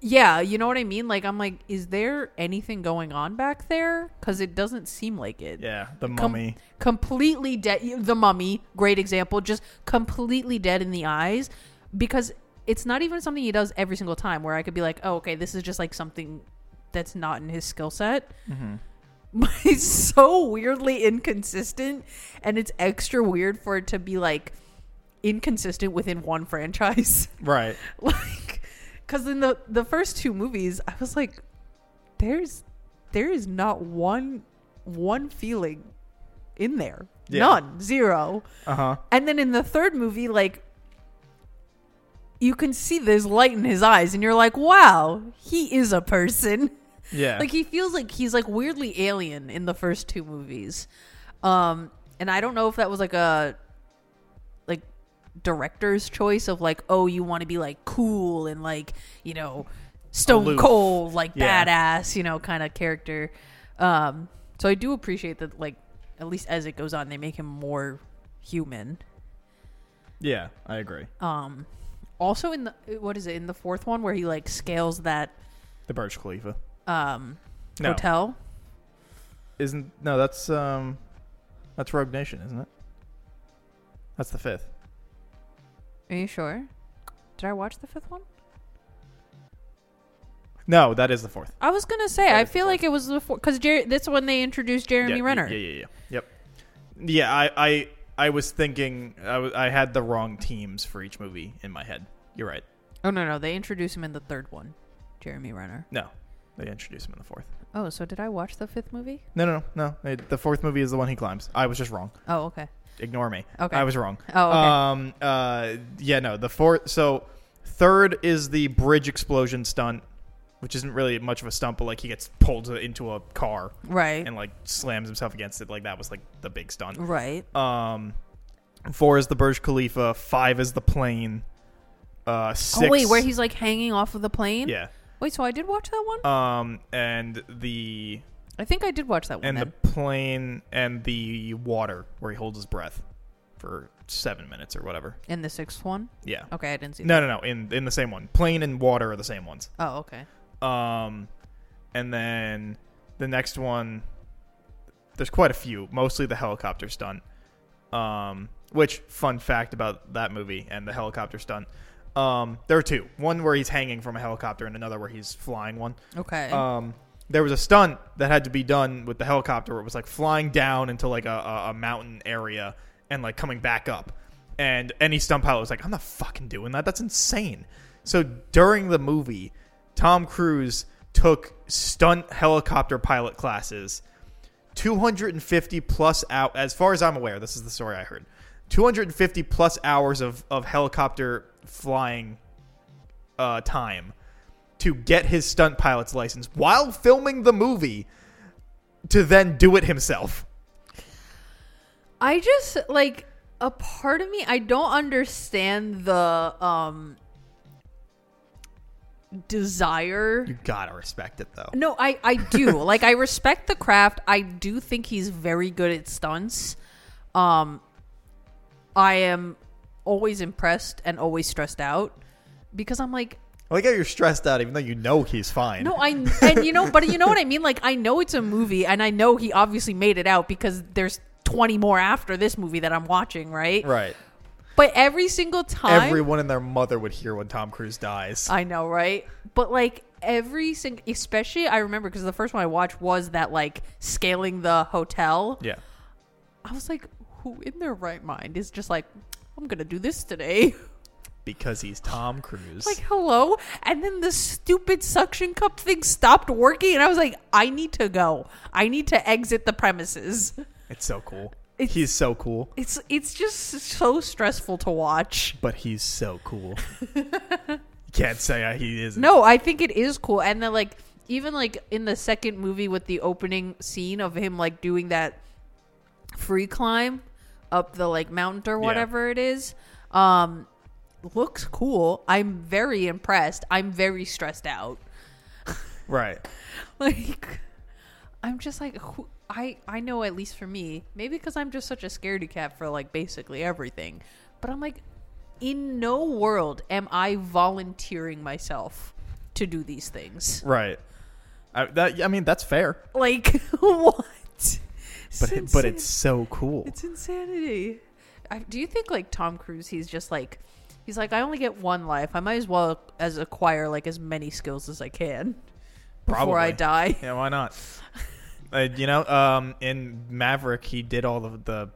S2: yeah, you know what I mean? Like, I'm like, is there anything going on back there? Because it doesn't seem like it.
S1: Yeah, the
S2: Com-
S1: mummy.
S2: completely dead. The mummy, great example, just completely dead in the eyes because it's not even something he does every single time where I could be like, oh, okay, this is just like something that's not in his skill set. But it's so weirdly inconsistent and it's extra weird for it to be like inconsistent within one franchise
S1: right.
S2: like because in the the first two movies i was like there's there is not one one feeling in there
S1: Yeah.
S2: none zero
S1: Uh huh.
S2: and then in the third movie like you can see there's light in his eyes and you're like wow he is a person
S1: Yeah.
S2: like he feels like he's like weirdly alien in the first two movies um and i don't know if that was like a like director's choice of like oh you want to be like cool and like you know stone
S1: Aloof.
S2: cold like
S1: Yeah.
S2: badass you know kind of character um so i do appreciate that like at least as it goes on they make him more human
S1: yeah, I agree.
S2: um also in the what is it in the fourth one where he like scales that
S1: The Burj Khalifa.
S2: um
S1: No.
S2: hotel
S1: Isn't no? That's um, that's Rogue Nation, isn't it? That's the fifth.
S2: Are you sure? Did I watch the fifth one?
S1: No, that is the fourth.
S2: I was gonna say
S1: Yeah,
S2: I
S1: it's the
S2: feel like it was the fourth because Jer- that's when they introduced Jeremy
S1: yeah,
S2: Renner.
S1: Yeah, yeah, yeah. Yep. Yeah, I, I, I was thinking I, w- I had the wrong teams for each movie in my head. You're right.
S2: Oh no, no, they introduced him in the third one, Jeremy Renner.
S1: No, they introduced him in the fourth.
S2: Oh, so did I watch the fifth movie?
S1: No, no, no. no. It- the fourth movie is the one he climbs. I was just wrong.
S2: Oh, okay.
S1: Ignore me.
S2: Okay.
S1: I was wrong.
S2: Oh, okay.
S1: Um. Uh. Yeah. No. The fourth. So third is the bridge explosion stunt, which isn't really much of a stunt, but like he gets pulled into a car
S2: Right,
S1: and like slams himself against it. Like that was like the big stunt.
S2: right.
S1: Um, four is the Burj Khalifa. Five is the plane. Uh, six.
S2: Oh wait, where he's like hanging off of the plane.
S1: yeah.
S2: Wait, so I did watch that one.
S1: Um, and the
S2: I think I did watch that one.
S1: and the
S2: Then.
S1: plane and the water where he holds his breath for seven minutes or whatever.
S2: and the sixth one.
S1: Yeah.
S2: Okay, I didn't see.
S1: No, no, no. In in the same one. Plane and water are the same ones.
S2: that. Oh, okay.
S1: Um, and then the next one, there's quite a few, mostly the helicopter stunt. Um, which fun fact about that movie and the helicopter stunt? Um, there are two. One where he's hanging from a helicopter, and another where he's flying one.
S2: Okay.
S1: Um, there was a stunt that had to be done with the helicopter where it was like flying down into like a, a, a mountain area and like coming back up. And any stunt pilot was like, I'm not fucking doing that. That's insane. So during the movie, Tom Cruise took stunt helicopter pilot classes 250 plus out as far as i'm aware this is the story i heard 250 plus hours of, of helicopter flying uh, time to get his stunt pilot's license while filming the movie to then do it himself
S2: I just like a part of me I don't understand the um desire.
S1: you gotta respect it though
S2: No, I I do. like I respect the craft. I do think he's very good at stunts. Um I am always impressed and always stressed out because I'm like
S1: i like how you're stressed out even though you know he's fine
S2: no, I and you know, but you know what I mean. Like I know it's a movie, and I know he obviously made it out because there's 20 more after this movie that I'm watching, right?
S1: right
S2: But every single time,
S1: everyone and their mother would hear when tom cruise dies
S2: I know, right? But like every single, especially I remember because the first one I watched was that like scaling the hotel.
S1: yeah
S2: I was like, who in their right mind is just like, I'm gonna do this today?
S1: because he's Tom Cruise.
S2: Like, hello? And then the stupid suction cup thing stopped working, and I was like, I need to go. I need to exit the premises.
S1: it's so cool.
S2: It's-
S1: he's so cool,
S2: It's it's just so stressful to watch.
S1: but he's so cool. you can't say uh, he isn't.
S2: No, I think it is cool. And then like even like in the second movie with the opening scene of him like doing that free climb up the like mountain or
S1: Yeah.
S2: whatever it is. Um looks cool. I'm very impressed. I'm very stressed out.
S1: Right.
S2: Like I'm just like who I I know at least for me, maybe because I'm just such a scaredy cat for like basically everything. But I'm like in no world am I volunteering myself to do these things.
S1: Right. I, that, I mean, that's fair,
S2: Like what?
S1: but it, but it's so cool.
S2: it's insanity. I, do you think like Tom Cruise? He's just like he's like I only get one life. I might as well as acquire like as many skills as I can before
S1: Probably.
S2: I die.
S1: Yeah, why not? uh, you know, um, in Maverick, he did all of the,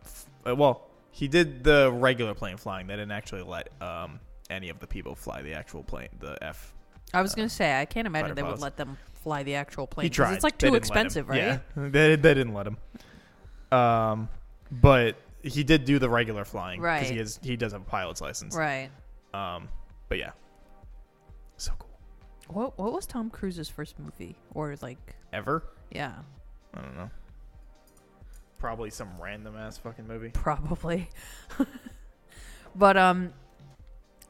S1: uh, well, he did the regular plane flying. They didn't actually let um, any of the people fly the actual plane, the F.
S2: I was gonna say I can't imagine
S1: fighter
S2: they would
S1: pilots.
S2: let them fly the actual plane.
S1: He
S2: 'cause
S1: tried.
S2: It's like
S1: They
S2: too
S1: didn't let him.
S2: expensive, right?
S1: Yeah, they, they didn't let him. Um, but he did do the regular flying, 'cause
S2: Right.
S1: He is he does have a pilot's license,
S2: Right.
S1: Um, but yeah, so cool.
S2: What What was Tom Cruise's first movie or like?
S1: Ever?
S2: Yeah,
S1: I don't know. Probably some random ass fucking movie.
S2: probably. but um,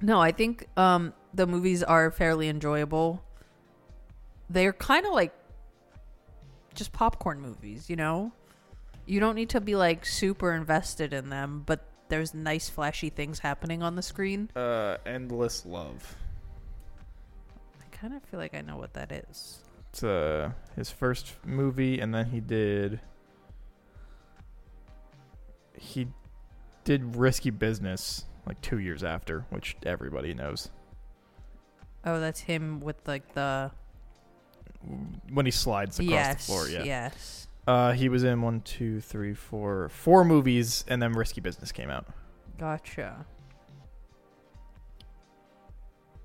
S2: no, I think um the movies are fairly enjoyable. They're kind of like just popcorn movies, you know. You don't need to be like super invested in them, but there's nice flashy things happening on the screen.
S1: Uh, Endless Love.
S2: I kind of feel like I know what that is.
S1: It's uh, his first movie, and then he did. He did Risky Business like two years after, which everybody knows.
S2: Oh, that's him with like the
S1: When he slides across
S2: yes,
S1: the floor, yeah.
S2: yes.
S1: Uh, he was in one, two, three, four, four movies, and then Risky Business came out.
S2: Gotcha.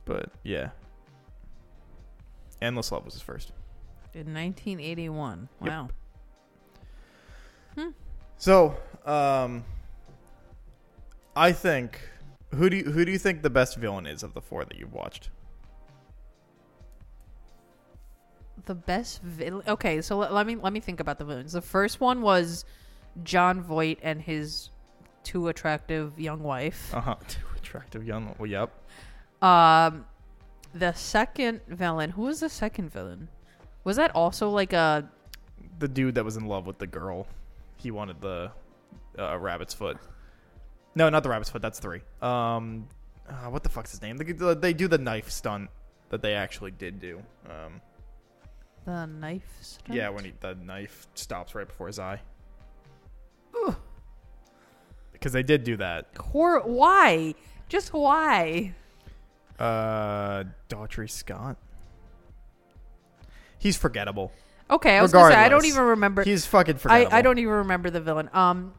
S1: But yeah, Endless Love was his first.
S2: In 1981.
S1: Yep.
S2: Wow.
S1: So, um, I think who do you, who do you think the best villain is of the four that you've watched?
S2: The best villain. Okay, so let, let me let me think about the villains. The first one was John Voight and his too attractive young wife.
S1: Uh huh. Too attractive young. Well, yep.
S2: Um, the second villain. Who was the second villain? Was that also like a?
S1: The dude that was in love with the girl, he wanted the uh, rabbit's foot. No, not the rabbit's foot. That's three. Um, uh, what the fuck's his name? They, they do the knife stunt that they actually did do. Um,
S2: The knife. Stunt?
S1: yeah, when he, the knife stops right before his eye. Because they did do that.
S2: Hor- why? Just why?
S1: Uh, Daughtry Scott. He's forgettable.
S2: Okay, I was gonna say I don't
S1: Regardless,
S2: even remember.
S1: He's fucking
S2: I,
S1: forgettable.
S2: I don't even remember the villain. Um,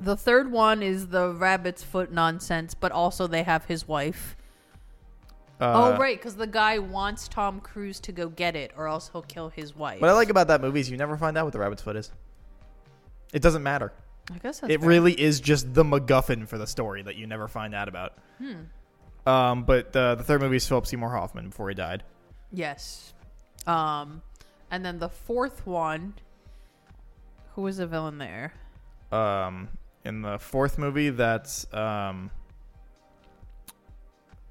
S2: the third one is the rabbit's foot nonsense, but also they have his wife.
S1: Uh,
S2: oh right, because the guy wants Tom Cruise to go get it, or else he'll kill his wife.
S1: What I like about that movie is you never find out what the rabbit's foot is. It doesn't matter.
S2: I guess that's
S1: It
S2: fair.
S1: really is just the MacGuffin for the story that you never find out about.
S2: Hmm.
S1: Um, but the the third movie is Philip Seymour Hoffman before he died.
S2: yes. Um, and then the fourth one, who was the villain there?
S1: Um, in the fourth movie, that's um,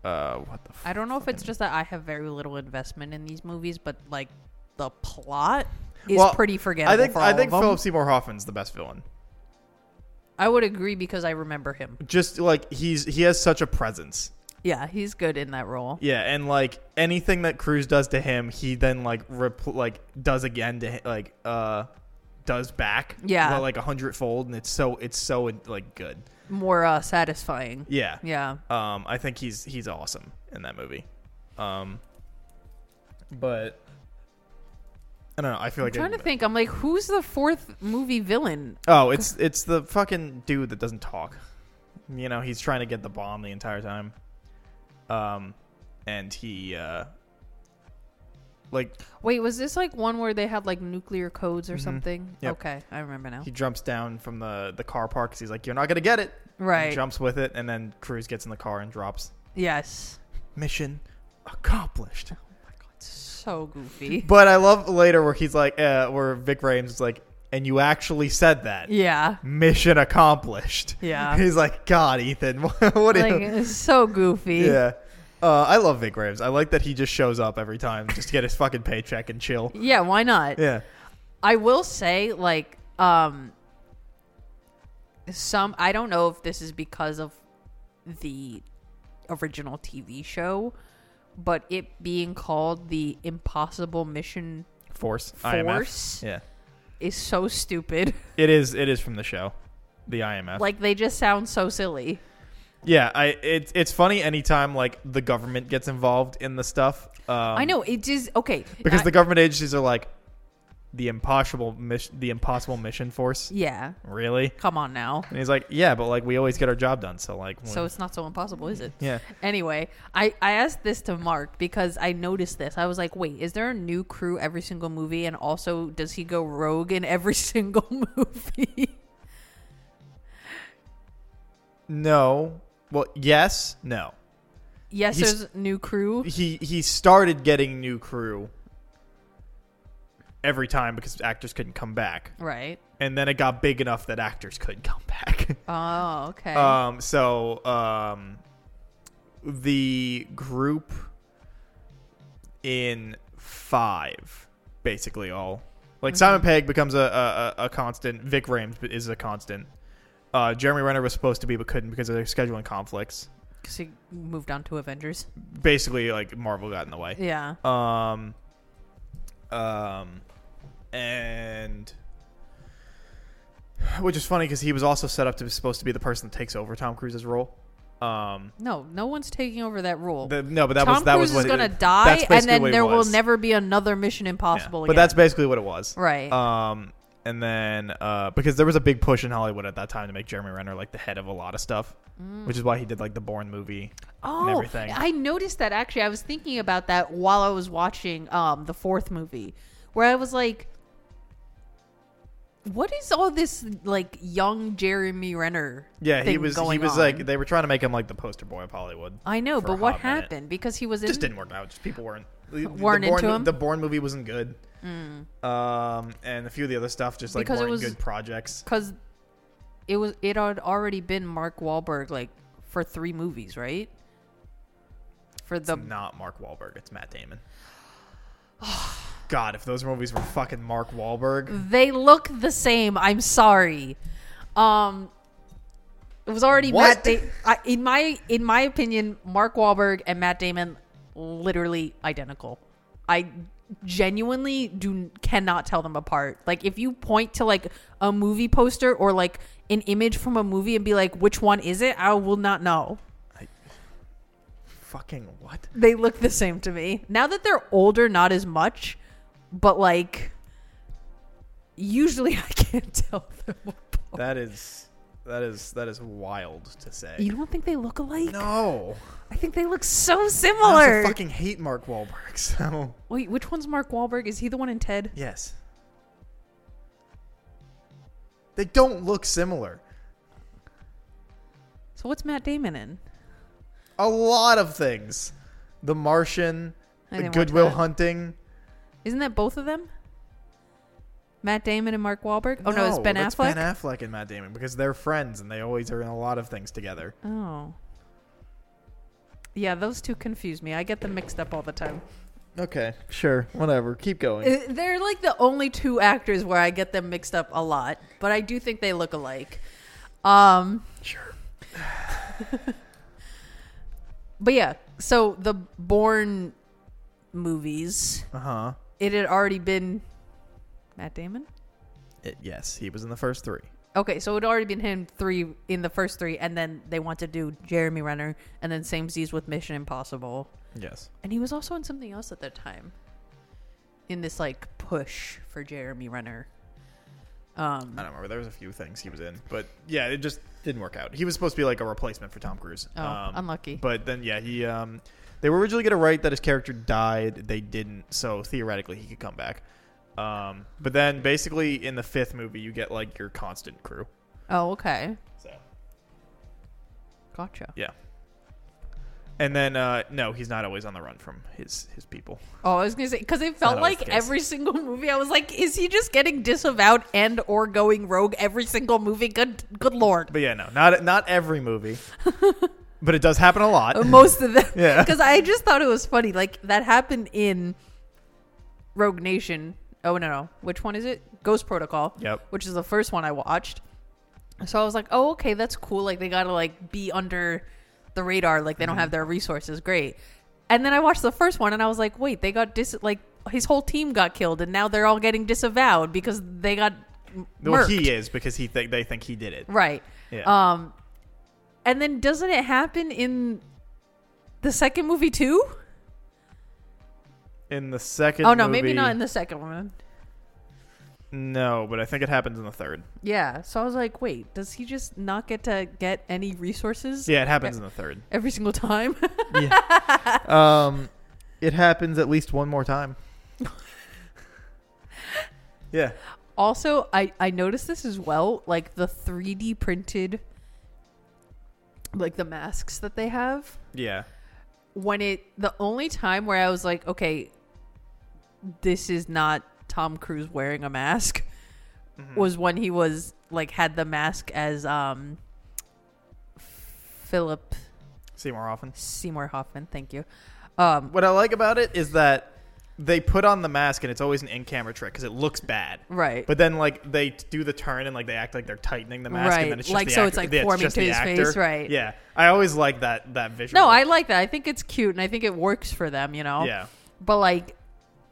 S1: uh, what the?
S2: I don't know if it's
S1: fucking-
S2: just that I have very little investment in these movies, but like the plot is
S1: Well,
S2: pretty forgettable.
S1: I think
S2: for
S1: I
S2: all
S1: think
S2: of 'em.
S1: Philip Seymour Hoffman's the best villain.
S2: I would agree because I remember him.
S1: just like he's he has such a presence.
S2: Yeah, he's good in that role.
S1: Yeah, and like anything that Cruz does to him, he then like repl- like does again to hi- like uh does back.
S2: Yeah.
S1: well, like a hundredfold, and it's so it's so like good.
S2: more uh, satisfying.
S1: Yeah.
S2: Yeah.
S1: Um, I think he's he's awesome in that movie. Um, but I don't know. I feel
S2: I'm
S1: like
S2: trying
S1: it-
S2: to think. I'm like, who's the fourth movie villain?
S1: Oh, it's it's the fucking dude that doesn't talk. You know, he's trying to get the bomb the entire time. um, and he uh, like
S2: Wait, was this like one where they had like nuclear codes or something?
S1: Mm-hmm. Yep.
S2: Okay, I remember now.
S1: he jumps down from the the car park because he's like, "You're not gonna get it."
S2: right.
S1: He jumps with it, and then Cruz gets in the car and drops.
S2: Yes.
S1: Mission accomplished.
S2: So goofy.
S1: But I love later where he's like, uh, where Vic Rames is like, "And you actually said that."
S2: yeah.
S1: Mission accomplished.
S2: Yeah.
S1: He's like, God, Ethan, what are
S2: Like
S1: you?
S2: it's so goofy.
S1: Yeah. Uh, I love Vic Rames. I like that he just shows up every time just to get his fucking paycheck and chill.
S2: Yeah, why not?
S1: Yeah.
S2: I will say, like, um, some I don't know if this is because of the original TV show, but it being called the Impossible Mission
S1: Force.
S2: Force
S1: IMF. Yeah.
S2: is so stupid.
S1: It is. It is from the show, the IMF.
S2: like they just sound so silly.
S1: yeah. I. It's. It's funny anytime like the government gets involved in the stuff. Um,
S2: I know it is okay
S1: because
S2: I-
S1: the government agencies are like the impossible mission. The impossible mission force.
S2: yeah.
S1: Really?
S2: Come on now.
S1: And he's like, yeah, but like we always get our job done. So like.
S2: So it's not so impossible, is it?
S1: yeah.
S2: Anyway, I, I asked this to Mark because I noticed this. I was like, wait, is there a new crew every single movie? And also, does he go rogue in every single movie?
S1: No. Well, yes. No.
S2: yes,
S1: He's-
S2: there's new crew.
S1: he he started getting new crew every time because actors couldn't come back
S2: Right.
S1: and then it got big enough that actors could come back
S2: Oh, okay.
S1: um so um the group in five basically all like
S2: Mm-hmm.
S1: simon pegg becomes a a, a- a constant vic rames is a constant uh, jeremy renner was supposed to be but couldn't because of their scheduling conflicts
S2: Because he moved on to Avengers.
S1: basically like marvel got in the way
S2: Yeah.
S1: Um, um, and which is funny because he was also set up to be supposed to be the person that takes over Tom Cruise's role. Um,
S2: No, no one's taking over that role.
S1: the, no, but that
S2: Tom
S1: was that
S2: Cruise
S1: was what
S2: is going to
S1: it-
S2: die,
S1: that's
S2: and
S1: basically
S2: then
S1: what it
S2: there will
S1: was.
S2: never be another Mission
S1: Yeah.
S2: Impossible
S1: But
S2: again.
S1: that's basically what it was.
S2: Right.
S1: Um, and then uh, because there was a big push in Hollywood at that time to make Jeremy Renner like the head of a lot of stuff,
S2: Mm.
S1: which is why he did like the Bourne movie.
S2: oh,
S1: everything.
S2: I noticed that actually. I was thinking about that while I was watching um the fourth movie, where I was like, "What is all this like young Jeremy Renner?"
S1: Yeah, he
S2: thing
S1: was he
S2: going
S1: was
S2: on?
S1: like they were trying to make him like the poster boy of Hollywood.
S2: I know,
S1: for a
S2: but what
S1: hot minute.
S2: happened? Because he was in.
S1: just didn't work out. Just people weren't the-
S2: Weren't
S1: the Bourne,
S2: into
S1: mo-
S2: him? Mm.
S1: The Bourne movie wasn't good. Um, and a few of the other stuff just like
S2: Because it
S1: weren't
S2: was-
S1: good projects.
S2: because it was it had already been Mark Wahlberg like for three movies, right? For the
S1: It's not Mark Wahlberg. It's Matt Damon. God, if those movies were fucking Mark Wahlberg,
S2: They look the same. I'm sorry. Um, it was already
S1: What?
S2: Matt. Da- I, in my in my opinion, Mark Wahlberg and Matt Damon literally identical. I genuinely do cannot tell them apart. Like if you point to like a movie poster or like an image from a movie and be like, which one is it? I will not know.
S1: fucking what?
S2: They look the same to me. Now that they're older, not as much, but like usually I can't tell them apart.
S1: That is that is that is wild to say.
S2: You don't think they look alike?
S1: no,
S2: I think they look so
S1: I
S2: similar.
S1: also fucking hate Mark Wahlberg. So
S2: Wait, which one's Mark Wahlberg? Is he the one in Ted?
S1: yes, they don't look similar.
S2: So what's Matt Damon in?
S1: A lot of things. The Martian,
S2: I
S1: the
S2: didn't watch
S1: Goodwill
S2: that.
S1: Hunting.
S2: Isn't that both of them? Matt Damon and Mark Wahlberg? Oh no, it's Ben
S1: that's
S2: Affleck.
S1: Ben Affleck and Matt Damon because they're friends and they always are in a lot of things together.
S2: oh. Yeah, those two confuse me. I get them mixed up all the time.
S1: Okay, sure, whatever. Keep going.
S2: Uh, They're like the only two actors where I get them mixed up a lot, but I do think they look alike. Um,
S1: Sure.
S2: but yeah, so the Born movies,
S1: Uh huh.
S2: it had already been Matt Damon.
S1: Yes, he was in the first three.
S2: Okay, so it had already been him three in the first three, and then they want to do Jeremy Renner, and then same Z's with Mission Impossible,
S1: Yes.
S2: and he was also in something else at that time. In this like push for Jeremy Renner, Um,
S1: I don't remember. There was a few things he was in, but yeah, it just didn't work out. He was supposed to be like a replacement for Tom Cruise. Um,
S2: Oh, unlucky.
S1: But then yeah, he um, they were originally going to write that his character died. They didn't, so theoretically he could come back. Um, but then basically in the fifth movie, you get like your constant crew.
S2: oh, okay.
S1: So
S2: Gotcha.
S1: yeah. And then uh, no, he's not always on the run from his his people.
S2: Oh, I was gonna say because it felt
S1: not always
S2: like
S1: the case.
S2: every single movie. I was like, is he just getting disavowed and or going rogue every single movie? Good, good lord.
S1: But yeah, no, not not every movie, but it does happen a lot.
S2: Uh, most of them.
S1: Yeah.
S2: Because I just thought it was funny. Like that happened in Rogue Nation. Oh no, no. Which one is it? Ghost Protocol.
S1: Yep.
S2: Which is the first one I watched. So I was like, oh okay, that's cool. Like they gotta like be under the radar. Like they
S1: Mm-hmm.
S2: don't have their resources. Great. And then I watched the first one and I was like, wait, they got dis like his whole team got killed and now they're all getting disavowed because they got m-
S1: Well,
S2: murked.
S1: he is because he think they think he did it.
S2: Right.
S1: Yeah.
S2: Um and then doesn't it happen in the second movie too?
S1: In the second.
S2: Oh no,
S1: movie,
S2: maybe not in the second one.
S1: No, but I think it happens in the third.
S2: Yeah. So I was like, wait, does he just not get to get any resources
S1: Yeah, it happens in the third.
S2: every single time?
S1: Yeah. um, it happens at least one more time. yeah.
S2: also, I I noticed this as well, like the 3D printed like the masks that they have.
S1: Yeah.
S2: when it the only time where I was like, okay, this is not Tom Cruise wearing a mask was when he was like had the mask as um Philip
S1: See more often.
S2: Seymour Hoffman, thank you. Um
S1: What I like about it is that they put on the mask and it's always an in-camera trick because it looks bad.
S2: right.
S1: But then, like they t- do the turn and like they act like they're tightening the mask,
S2: Right.
S1: and then it's just
S2: Like,
S1: the
S2: so
S1: actor-
S2: it's, like,
S1: yeah,
S2: forming
S1: just
S2: to
S1: the
S2: his
S1: actor.
S2: face, right.
S1: Yeah, I always like that that visual.
S2: no, I like that. I think it's cute and I think it works for them, you know.
S1: yeah,
S2: But like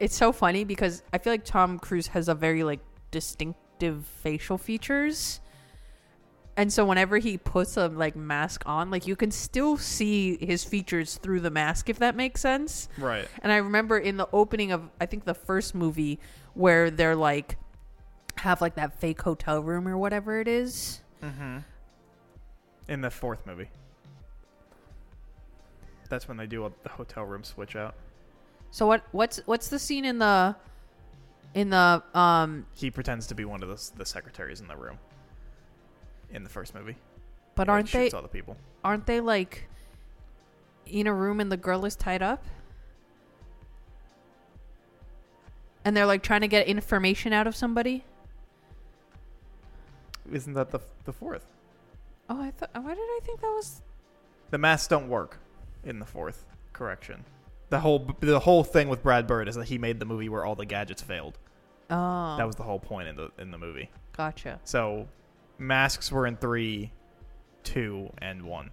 S2: it's so funny because I feel like Tom Cruise has a very like distinctive facial features. And so whenever he puts a like mask on, like you can still see his features through the mask if that makes sense.
S1: right.
S2: And I remember in the opening of I think the first movie where they're like have like that fake hotel room or whatever it is.
S1: In the fourth movie, that's when they do a, the hotel room switch out.
S2: So what what's what's the scene in the in the um
S1: He pretends to be one of the, s- the secretaries in the room. In the first movie,
S2: but
S1: where
S2: aren't
S1: he
S2: they
S1: shoots all the people?
S2: aren't they like in a room and the girl is tied up? And they're like trying to get information out of somebody?
S1: Isn't that the the fourth?
S2: Oh, I thought why did I think that was
S1: The masks don't work in the fourth. Correction. The whole the whole thing with Brad Bird is that he made the movie where all the gadgets failed.
S2: Oh,
S1: That was the whole point in the in the movie.
S2: gotcha.
S1: So masks were in three, two, and one.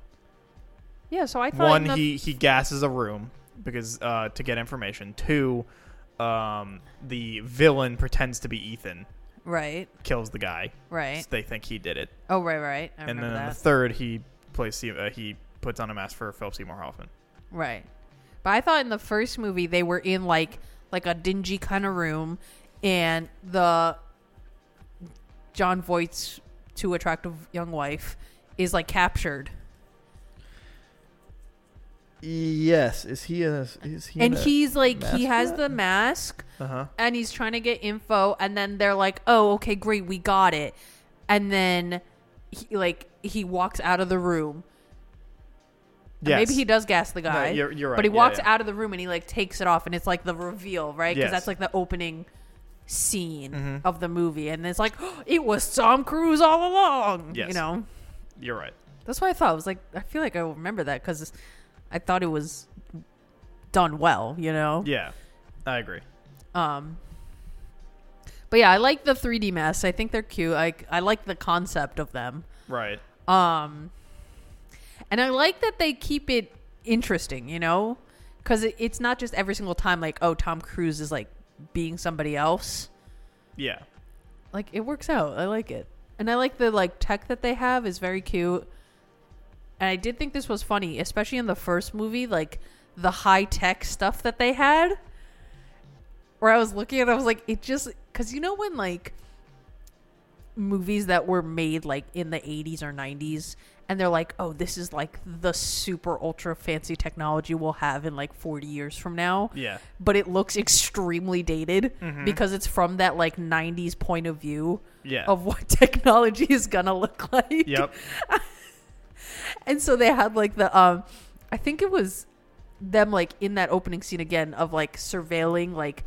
S2: Yeah, so I thought
S1: One,
S2: in the-
S1: he he gasses a room because uh, to get information. Two, um, the villain pretends to be Ethan,
S2: right,
S1: kills the guy.
S2: right.
S1: So they think he did it,
S2: Oh, right, right. Eh. I
S1: and
S2: remember
S1: then in the
S2: that.
S1: third, he plays Se- uh, he puts on a mask for Philip Seymour Hoffman.
S2: right. But I thought in the first movie they were in like like a dingy kind of room and the John Voight's too attractive young wife is like captured.
S1: Yes, is he in? A, is he?
S2: and he's like he
S1: mask
S2: has
S1: yet?
S2: the mask
S1: Uh huh.
S2: and he's trying to get info and then they're like oh okay great we got it and then he like he walks out of the room And
S1: Yes.
S2: maybe he does gas the guy
S1: you're- you're right.
S2: but he
S1: Yeah,
S2: walks
S1: yeah.
S2: out of the room and he like takes it off and it's like the reveal right because
S1: Yes. Mm-hmm.
S2: that's like the opening scene of the movie and it's like it was tom cruise all along you
S1: Yes.
S2: know
S1: You're right.
S2: that's what i thought i was like i feel like i remember that because i thought it was done well you know
S1: Yeah, I agree.
S2: Um, but yeah, I like the 3D masks. I think they're cute. I I like the concept of them.
S1: Right.
S2: Um, and I like that they keep it interesting. You know, because it, it's not just every single time like oh Tom Cruise is like being somebody else.
S1: Yeah.
S2: Like it works out. I like it, and I like the like tech that they have is very cute. And I did think this was funny, especially in the first movie, like the high tech stuff that they had. Where I was looking at, it, I was like, it just because you know when like movies that were made like in the 80s or 90s and they're like oh this is like the super ultra fancy technology we'll have in like 40 years from now
S1: Yeah.
S2: but it looks extremely dated
S1: Mm-hmm.
S2: because it's from that like 90s point of view
S1: Yeah.
S2: of what technology is gonna look like
S1: Yep.
S2: and so they had like the um i think it was them like in that opening scene again of like surveilling like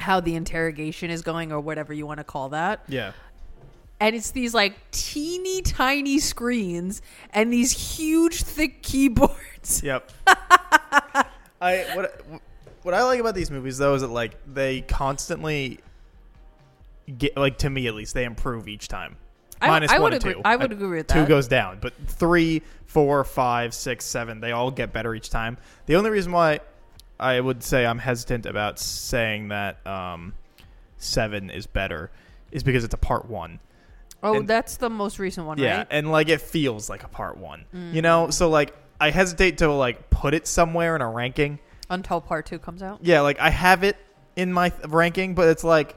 S2: how the interrogation is going or whatever you want to call that
S1: Yeah.
S2: and it's these like teeny tiny screens and these huge thick keyboards
S1: Yep. I what what I like about these movies though is that like they constantly get like to me at least they improve each time.
S2: I-
S1: Minus
S2: I
S1: one
S2: would
S1: and
S2: agree-
S1: two.
S2: I would agree with
S1: Two
S2: that.
S1: goes down, but three, four, five, six, seven, they all get better each time. The only reason why I would say I'm hesitant about saying that um, seven is better is because it's a part one.
S2: oh
S1: And-
S2: that's the most recent one
S1: Yeah,
S2: right Mm.
S1: and like it feels like a part one, you know. So like I hesitate to like put it somewhere in a ranking.
S2: until part two comes out
S1: Yeah, like I have it in my th- ranking, but it's like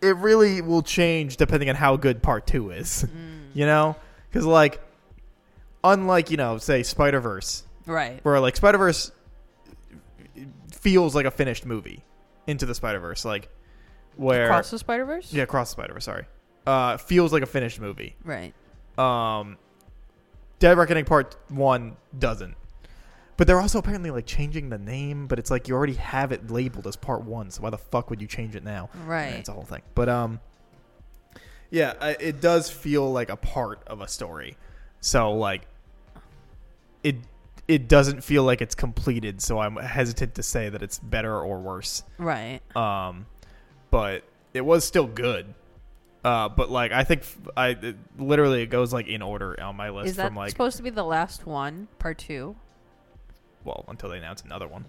S1: it really will change depending on how good part two is,
S2: Mm.
S1: you know. Because like unlike you know say Spider Verse,
S2: right
S1: where like Spider Verse feels like a finished movie into the Spider Verse, like where
S2: across the spider-verse
S1: yeah, across the Spider Verse, sorry, uh, feels like a finished movie.
S2: right
S1: Um, Dead Reckoning Part One doesn't. But they're also apparently like changing the name, but it's like you already have it labeled as Part One, so why the fuck would you change it now?
S2: Mm, Right.
S1: it's a whole thing. But um, yeah, I, it does feel like a part of a story. So like, it it doesn't feel like it's completed. So I'm hesitant to say that it's better or worse.
S2: right
S1: Um, but it was still good. Uh, but like I think f- I it- literally it goes like in order on my list
S2: is that
S1: from like
S2: supposed to be the last one part two
S1: well until they announce another one.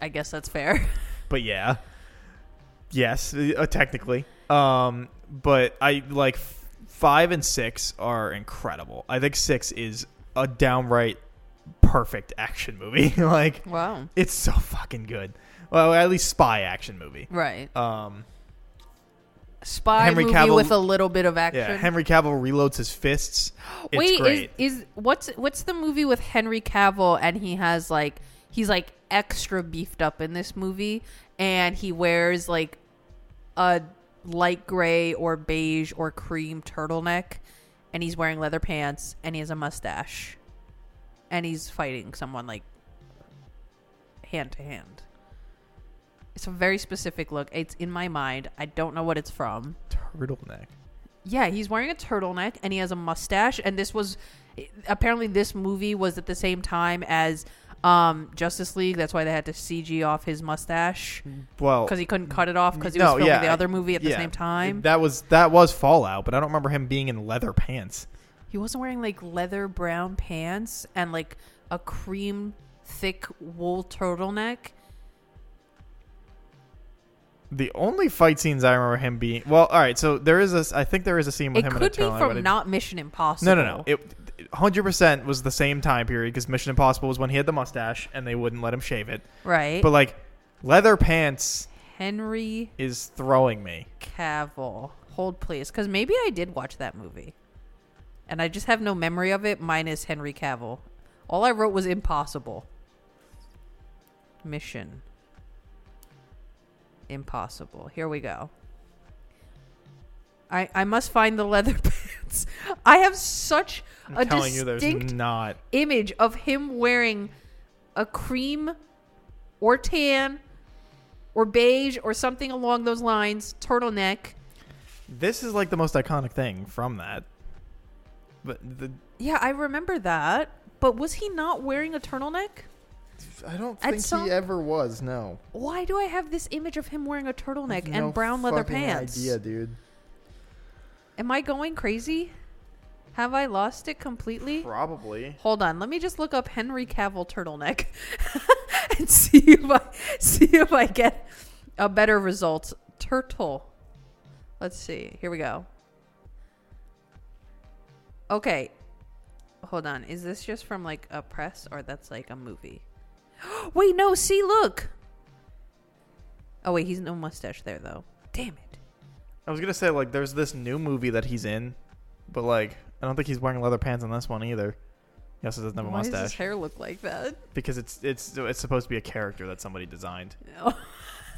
S2: i guess that's fair
S1: But yeah, yes, uh, technically. Um, but I like f- five and six are incredible. I think six is a downright perfect action movie. like
S2: wow
S1: it's so fucking good. Well, at least spy action movie.
S2: right
S1: Um,
S2: spy
S1: Henry
S2: movie
S1: Cavill-
S2: with a little bit of action
S1: yeah, Henry Cavill reloads his fists. It's
S2: Wait,
S1: great.
S2: is is what's what's the movie with Henry Cavill and he has like he's like extra beefed up in this movie and he wears like a light gray or beige or cream turtleneck and he's wearing leather pants and he has a mustache and he's fighting someone like hand to hand. It's a very specific look. It's in my mind. I don't know what it's from.
S1: turtleneck.
S2: Yeah, he's wearing a turtleneck and he has a mustache. And this was apparently this movie was at the same time as um, Justice League. That's why they had to CG off his mustache
S1: Well,
S2: because he couldn't cut it off because he was
S1: Mm. no,
S2: filming
S1: yeah,
S2: the
S1: I-
S2: other movie at the
S1: yeah.
S2: same time.
S1: That was that was Fallout, but I don't remember him being in leather pants.
S2: he wasn't wearing like leather brown pants and like a cream thick wool turtleneck.
S1: The only fight scenes I remember him being well, all right. So there is a, s- I think there is a scene with
S2: It
S1: him.
S2: could be
S1: in a turtleneck, but
S2: from
S1: it-
S2: not Mission Impossible.
S1: No, no, no. It hundred percent was the same time period because Mission Impossible was when he had the mustache and they wouldn't let him shave it.
S2: right?
S1: But like, leather pants
S2: Henry
S1: is throwing me.
S2: Cavill. Hold please, because maybe I did watch that movie, and I just have no memory of it. Minus Henry Cavill. All I wrote was impossible. Mission. Impossible. Here we go. I I must find the leather pants. I have such
S1: I'm
S2: a
S1: telling you,
S2: distinct
S1: there's not.
S2: image of him wearing a cream or tan or beige or something along those lines turtleneck
S1: This is like the most iconic thing from that. But the,
S2: yeah i remember that but was he not wearing a turtleneck
S1: I don't
S2: At think he some-
S1: ever was. No.
S2: why do i have this image of him wearing a turtleneck and brown leather pants
S1: dude.
S2: am i going crazy have i lost it completely
S1: Probably.
S2: Hold on, let me just look up Henry Cavill turtleneck and see if I see if I get a better result. Turtle. Let's see. Here we go. Okay. Hold on. Is this just from like a press or that's like a movie? wait, no, see, look. Oh wait, he's no mustache there though. Damn it.
S1: I was gonna say like there's this new movie that he's in, but like I don't think he's wearing leather pants in this one either. He also doesn't have a
S2: Why does his
S1: mustache
S2: hair look like that?
S1: because it's it's it's supposed to be a character that somebody designed.
S2: No.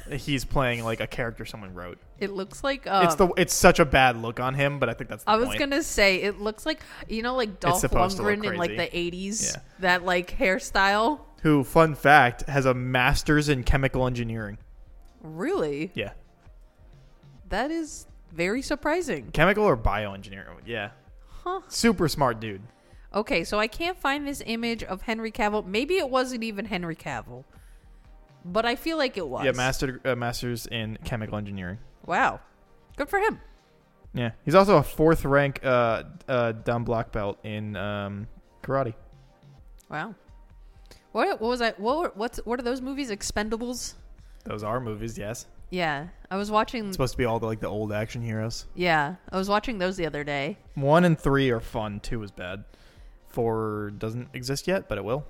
S1: He's playing like a character someone wrote.
S2: It looks like um,
S1: it's the it's such a bad look on him, but I think that's the
S2: I was
S1: point.
S2: gonna say it looks like you know like Dolph
S1: supposed to look
S2: Lundgren in like
S1: crazy.
S2: the '80s
S1: Yeah.
S2: that like hairstyle.
S1: Who, fun fact, has a master's in chemical engineering.
S2: Really,
S1: Yeah,
S2: that is very surprising,
S1: chemical or bioengineering. Yeah,
S2: huh?
S1: super smart dude.
S2: Okay, so I can't find this image of Henry Cavill. Maybe it wasn't even Henry Cavill, but I feel like it was.
S1: Yeah, master uh, masters in chemical engineering.
S2: Wow, good for him.
S1: Yeah, he's also a fourth rank uh, uh, dumb black belt in um, karate.
S2: Wow. What, what was I? What were, what's what are those movies? Expendables.
S1: Those are movies, yes.
S2: Mm. Yeah, I was watching.
S1: supposed to be all the, like the old action heroes.
S2: Yeah, I was watching those the other day.
S1: One and three are fun. Two is bad. Four doesn't exist yet, but it will.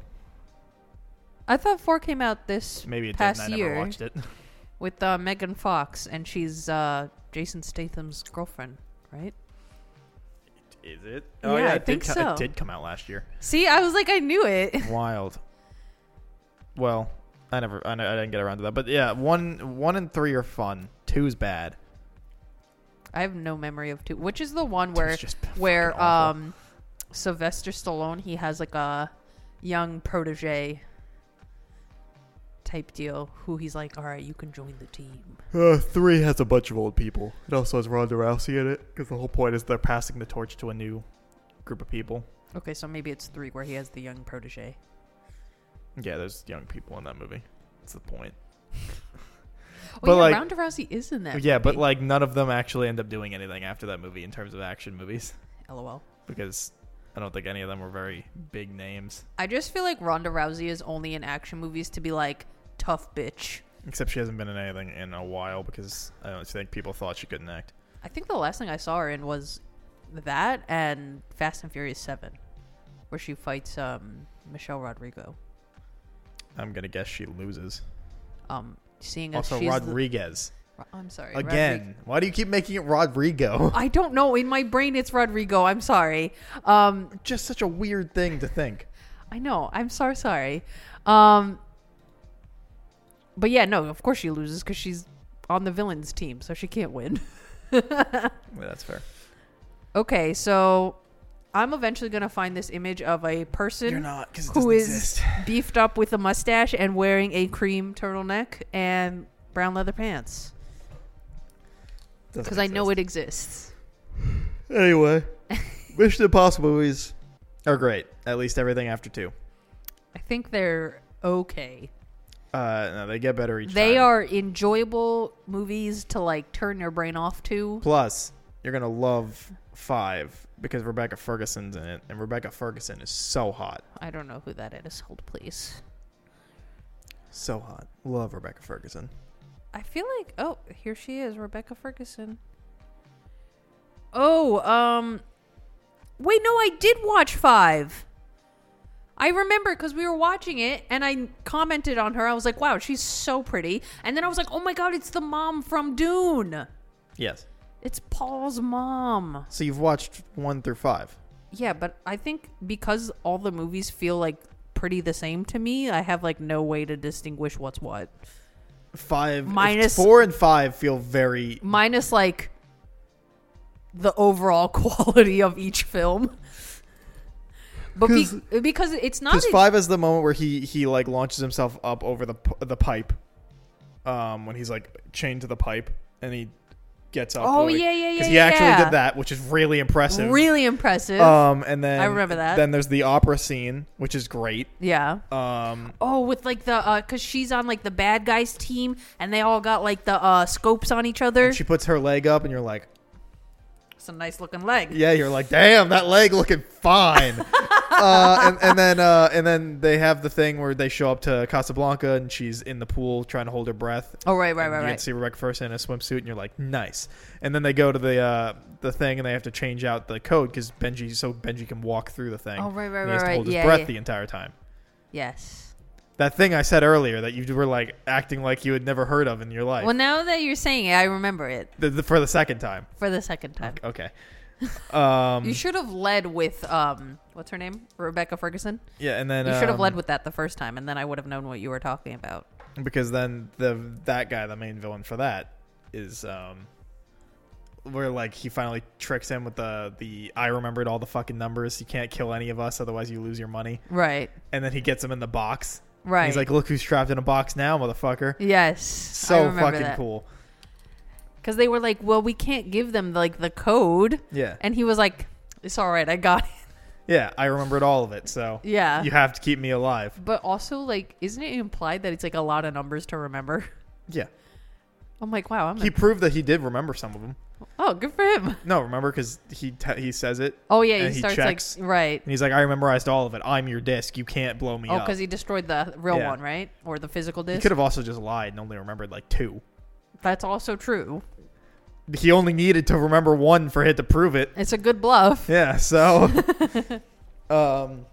S2: I thought four came out this
S1: Maybe it
S2: past
S1: did. And I
S2: year.
S1: never watched it.
S2: with uh, Megan Fox, and she's uh, Jason Statham's girlfriend, right?
S1: Is it? Oh,
S2: Yeah, I
S1: it
S2: think
S1: did
S2: so.
S1: It did come out last year.
S2: See, I was like, I knew it.
S1: Wild. Well, I never, I, I didn't get around to that, but yeah, one, one and three are fun. Two is bad.
S2: I have no memory of two. Which is the one where
S1: Two's just fucking
S2: where
S1: awful.
S2: um, Sylvester Stallone he has like a young protege type deal who he's like, all right, you can join the team.
S1: Uh, three has a bunch of old people. It also has Ronda Rousey in it because the whole point is they're passing the torch to a new group of people.
S2: Okay, so maybe it's three where he has the young protege.
S1: Yeah, there's young people in that movie. That's the point.
S2: Oh,
S1: But,
S2: yeah,
S1: like-
S2: Ronda Rousey is in that.
S1: yeah, but
S2: movie.
S1: like none of them actually end up doing anything after that movie in terms of action movies
S2: lol.
S1: because I don't think any of them were very big names.
S2: I just feel like Ronda Rousey is only in action movies to be like tough bitch.
S1: Except she hasn't been in anything in a while because I don't think people thought she couldn't act.
S2: I think the last thing I saw her in was that and Fast and Furious Seven, where she fights um, Michelle Rodrigo.
S1: I'm gonna guess she loses.
S2: Um, seeing as
S1: Also,
S2: she's
S1: Rodriguez
S2: the, Ro- I'm sorry
S1: again.
S2: Rodrigo-
S1: Why do you keep making it Rodrigo?
S2: I don't know. In my brain, it's Rodrigo. I'm sorry. Um,
S1: Just such a weird thing to think.
S2: I know. I'm so sorry. Um, but yeah, no. Of course she loses because she's on the villains team, so she can't win.
S1: Yeah, that's fair.
S2: Okay, so I'm eventually gonna find this image of a person.
S1: You're not because it
S2: who
S1: doesn't
S2: is
S1: exist.
S2: beefed up with a mustache and wearing a cream turtleneck and brown leather pants because I know it exists.
S1: Anyway, Mission Impossible movies are great. At least everything after two.
S2: I think they're okay.
S1: Uh, no, they get better each.
S2: They
S1: time.
S2: are enjoyable movies to like turn your brain off to.
S1: Plus, you're gonna love five because Rebecca Ferguson's in it, and Rebecca Ferguson is so hot,
S2: I don't know who that is. Hold please.
S1: so hot. Love Rebecca Ferguson.
S2: I feel like oh here she is Rebecca Ferguson. Oh um, wait no I did watch five. I remember because we were watching it and I commented on her. I was like wow she's so pretty and then I was like oh my god it's the mom from Dune.
S1: Yes.
S2: It's Paul's mom.
S1: So you've watched one through five.
S2: Yeah, but I think because all the movies feel like pretty the same to me, I have like no way to distinguish what's what.
S1: Five
S2: Minus-
S1: four and five feel very
S2: minus like the overall quality of each film. But be- because it's not
S1: because
S2: a-
S1: five is the moment where he he like launches himself up over the p- the pipe, um, when he's like chained to the pipe and he gets up.
S2: Oh, yeah, yeah, yeah,
S1: Because he actually
S2: yeah.
S1: did that, which is really impressive.
S2: really impressive.
S1: Um, and then
S2: I remember that.
S1: Then there's the opera scene, which is great.
S2: yeah.
S1: Um,
S2: Oh, with like the uh, cause she's on like the bad guys team, and they all got like the uh scopes on each other.
S1: and she puts her leg up, and you're like,
S2: it's a nice looking leg.
S1: yeah, you're like, damn, that leg looking fine. uh, and, and then uh, and then they have the thing where they show up to Casablanca, and she's in the pool trying to hold her breath.
S2: Oh right, right,
S1: And
S2: right,
S1: you
S2: right.
S1: can see Rebecca Ferguson in a swimsuit, and you're like, nice. And then they go to the uh, the thing, and they have to change out the code because Benji, so Benji can walk through the thing.
S2: Oh, right, right,
S1: And he has
S2: right,
S1: to hold
S2: right.
S1: his
S2: Yeah,
S1: breath
S2: yeah.
S1: the entire time.
S2: yes.
S1: that thing I said earlier that you were like acting like you had never heard of in your life
S2: Well, now that you're saying it, I remember it
S1: the, the, for the second time.
S2: for the second time.
S1: Okay. Um,
S2: You should have led with um, what's her name, Rebecca Ferguson.
S1: yeah, and then
S2: You should have
S1: um,
S2: led with that the first time, and then I would have known what you were talking about.
S1: because then the that guy, the main villain for that, is um, where like he finally tricks him with the the I remembered all the fucking numbers. You can't kill any of us, otherwise you lose your money.
S2: Right.
S1: And then he gets him in the box. And
S2: Right.
S1: He's like, look who's trapped in a box now, motherfucker.
S2: yes.
S1: So fucking cool.
S2: Because they were like, well, we can't give them like the code,
S1: Yeah.
S2: and he was like, it's all right, I got it.
S1: yeah, I remembered all of it. So
S2: Yeah.
S1: you have to keep me alive.
S2: But also, like, isn't it implied that it's like a lot of numbers to remember?
S1: Yeah.
S2: I'm like, wow, I'm
S1: He proved that he did remember some of them.
S2: oh, good for him.
S1: No, remember because he te- he says it
S2: Oh yeah,
S1: And
S2: he
S1: he
S2: starts
S1: checks.
S2: like right.
S1: and he's like, I memorized all of it. I'm your disc. You can't blow me
S2: Oh,
S1: up.
S2: because he destroyed the real
S1: Yeah.
S2: one, right, or the physical
S1: He
S2: disc.
S1: could have also just lied and only remembered like two.
S2: That's also true.
S1: He only needed to remember one for it to prove it.
S2: It's a good bluff.
S1: Yeah, so um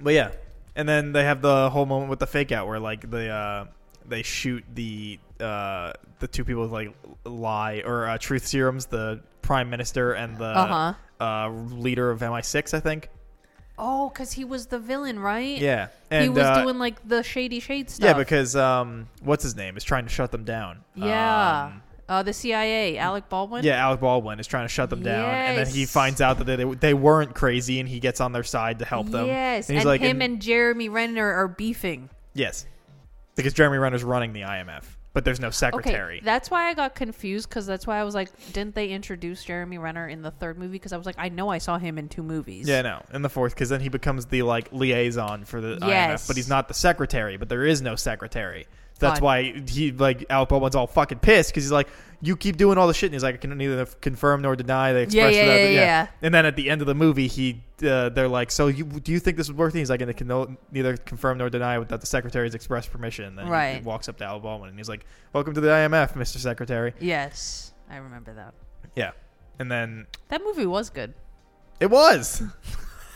S1: but yeah. And then they have the whole moment with the fake out where like the uh they shoot the uh the two people with like lie or uh, truth serums, the prime minister and the
S2: Uh-huh.
S1: uh, leader of MI6, I think.
S2: Oh, because he was the villain, right?
S1: Yeah. And
S2: he was
S1: uh,
S2: doing like the shady shade stuff.
S1: Yeah, because um what's his name is trying to shut them down.
S2: yeah,
S1: Um,
S2: uh, the CIA, Alec Baldwin.
S1: Yeah, Alec Baldwin is trying to shut them down, and then he
S2: Yes.
S1: finds out that they, they weren't crazy, and he gets on their side to help them.
S2: Yes,
S1: and
S2: and,
S1: he's like,
S2: him and Jeremy Renner are beefing.
S1: yes, because Jeremy Renner's running the IMF, but there's no secretary.
S2: Okay, that's why I got confused because that's why I was like, didn't they introduce Jeremy Renner in the third movie? Because I was like, I know I saw him in two movies.
S1: yeah, no, in the fourth, because then he becomes the like liaison for the IMF,
S2: Yes.
S1: but he's not the secretary. But there is no secretary. So that's
S2: Fine.
S1: why he like Alec Baldwin's all fucking pissed because he's like, "You keep doing all the shit," and he's like, "I can neither confirm nor deny." They
S2: Yeah,
S1: express
S2: yeah,
S1: without-
S2: yeah, yeah.
S1: And then at the end of the movie, he uh, they're like, "So you do you think this would work?" And he's like, "I can no, neither confirm nor deny without the secretary's express permission." And then he- he
S2: Right.
S1: walks up to Alec Baldwin and he's like, "Welcome to the IMF, Mister Secretary."
S2: Yes, I remember that.
S1: Yeah, and then
S2: That movie was good.
S1: it was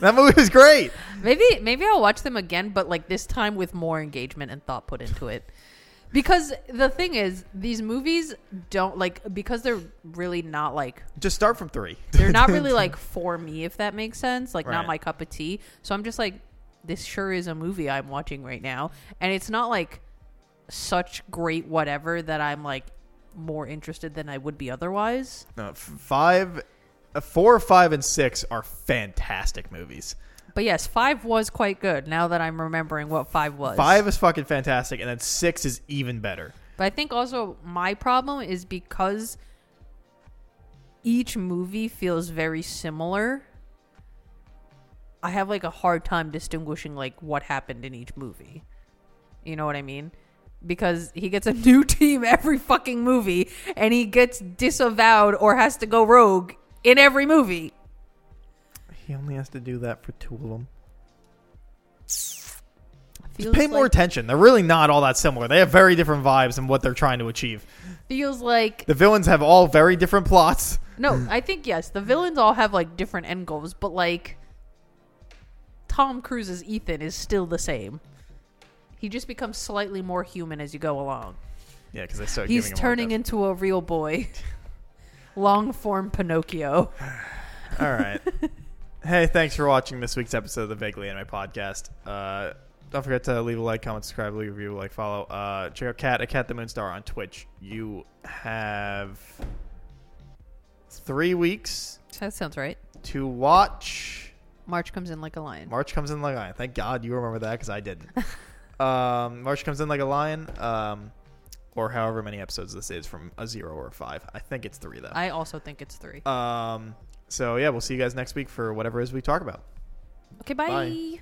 S1: that movie was great.
S2: Maybe maybe I'll watch them again, but like this time with more engagement and thought put into it. Because the thing is, these movies don't like because they're really not like
S1: Just start from three.
S2: they're not really like for me if that makes sense, like
S1: Right.
S2: not my cup of tea. So I'm just like this sure is a movie I'm watching right now and it's not like such great whatever that I'm like more interested than I would be otherwise.
S1: No, f- five, uh, four, five, and six are fantastic movies.
S2: But yes, 5 was quite good now that I'm remembering what 5 was.
S1: Five is fucking fantastic, and then six is even better.
S2: But I think also my problem is because each movie feels very similar. I have like a hard time distinguishing like what happened in each movie. You know what I mean? Because he gets a new team every fucking movie and he gets disavowed or has to go rogue in every movie.
S1: He only has to do that for two of them.
S2: Feels
S1: Pay more
S2: like-
S1: attention. They're really not all that similar. They have very different vibes and what they're trying to achieve.
S2: feels like
S1: The villains have all very different plots.
S2: No, I think yes. The villains all have like different end goals, but like Tom Cruise's Ethan is still the same. He just becomes slightly more human as you go along.
S1: Yeah, because they start.
S2: He's turning into a real boy. Long form Pinocchio.
S1: All right. hey, thanks for watching this week's episode of the Vaguely Anime Podcast. Uh, don't forget to leave a like, comment, subscribe, leave a review, like, follow. Uh, check out Cat at Cat the Moonstar on Twitch. You have three weeks
S2: That sounds right.
S1: to watch.
S2: March comes in like a lion.
S1: March comes in like a lion. Thank God you remember that because I didn't. um, March comes in like a lion, um, or however many episodes this is from a zero or a five. I think it's three though.
S2: I also think it's three.
S1: um, so yeah, we'll see you guys next week for whatever it is we talk about.
S2: Okay,
S1: bye.
S2: bye.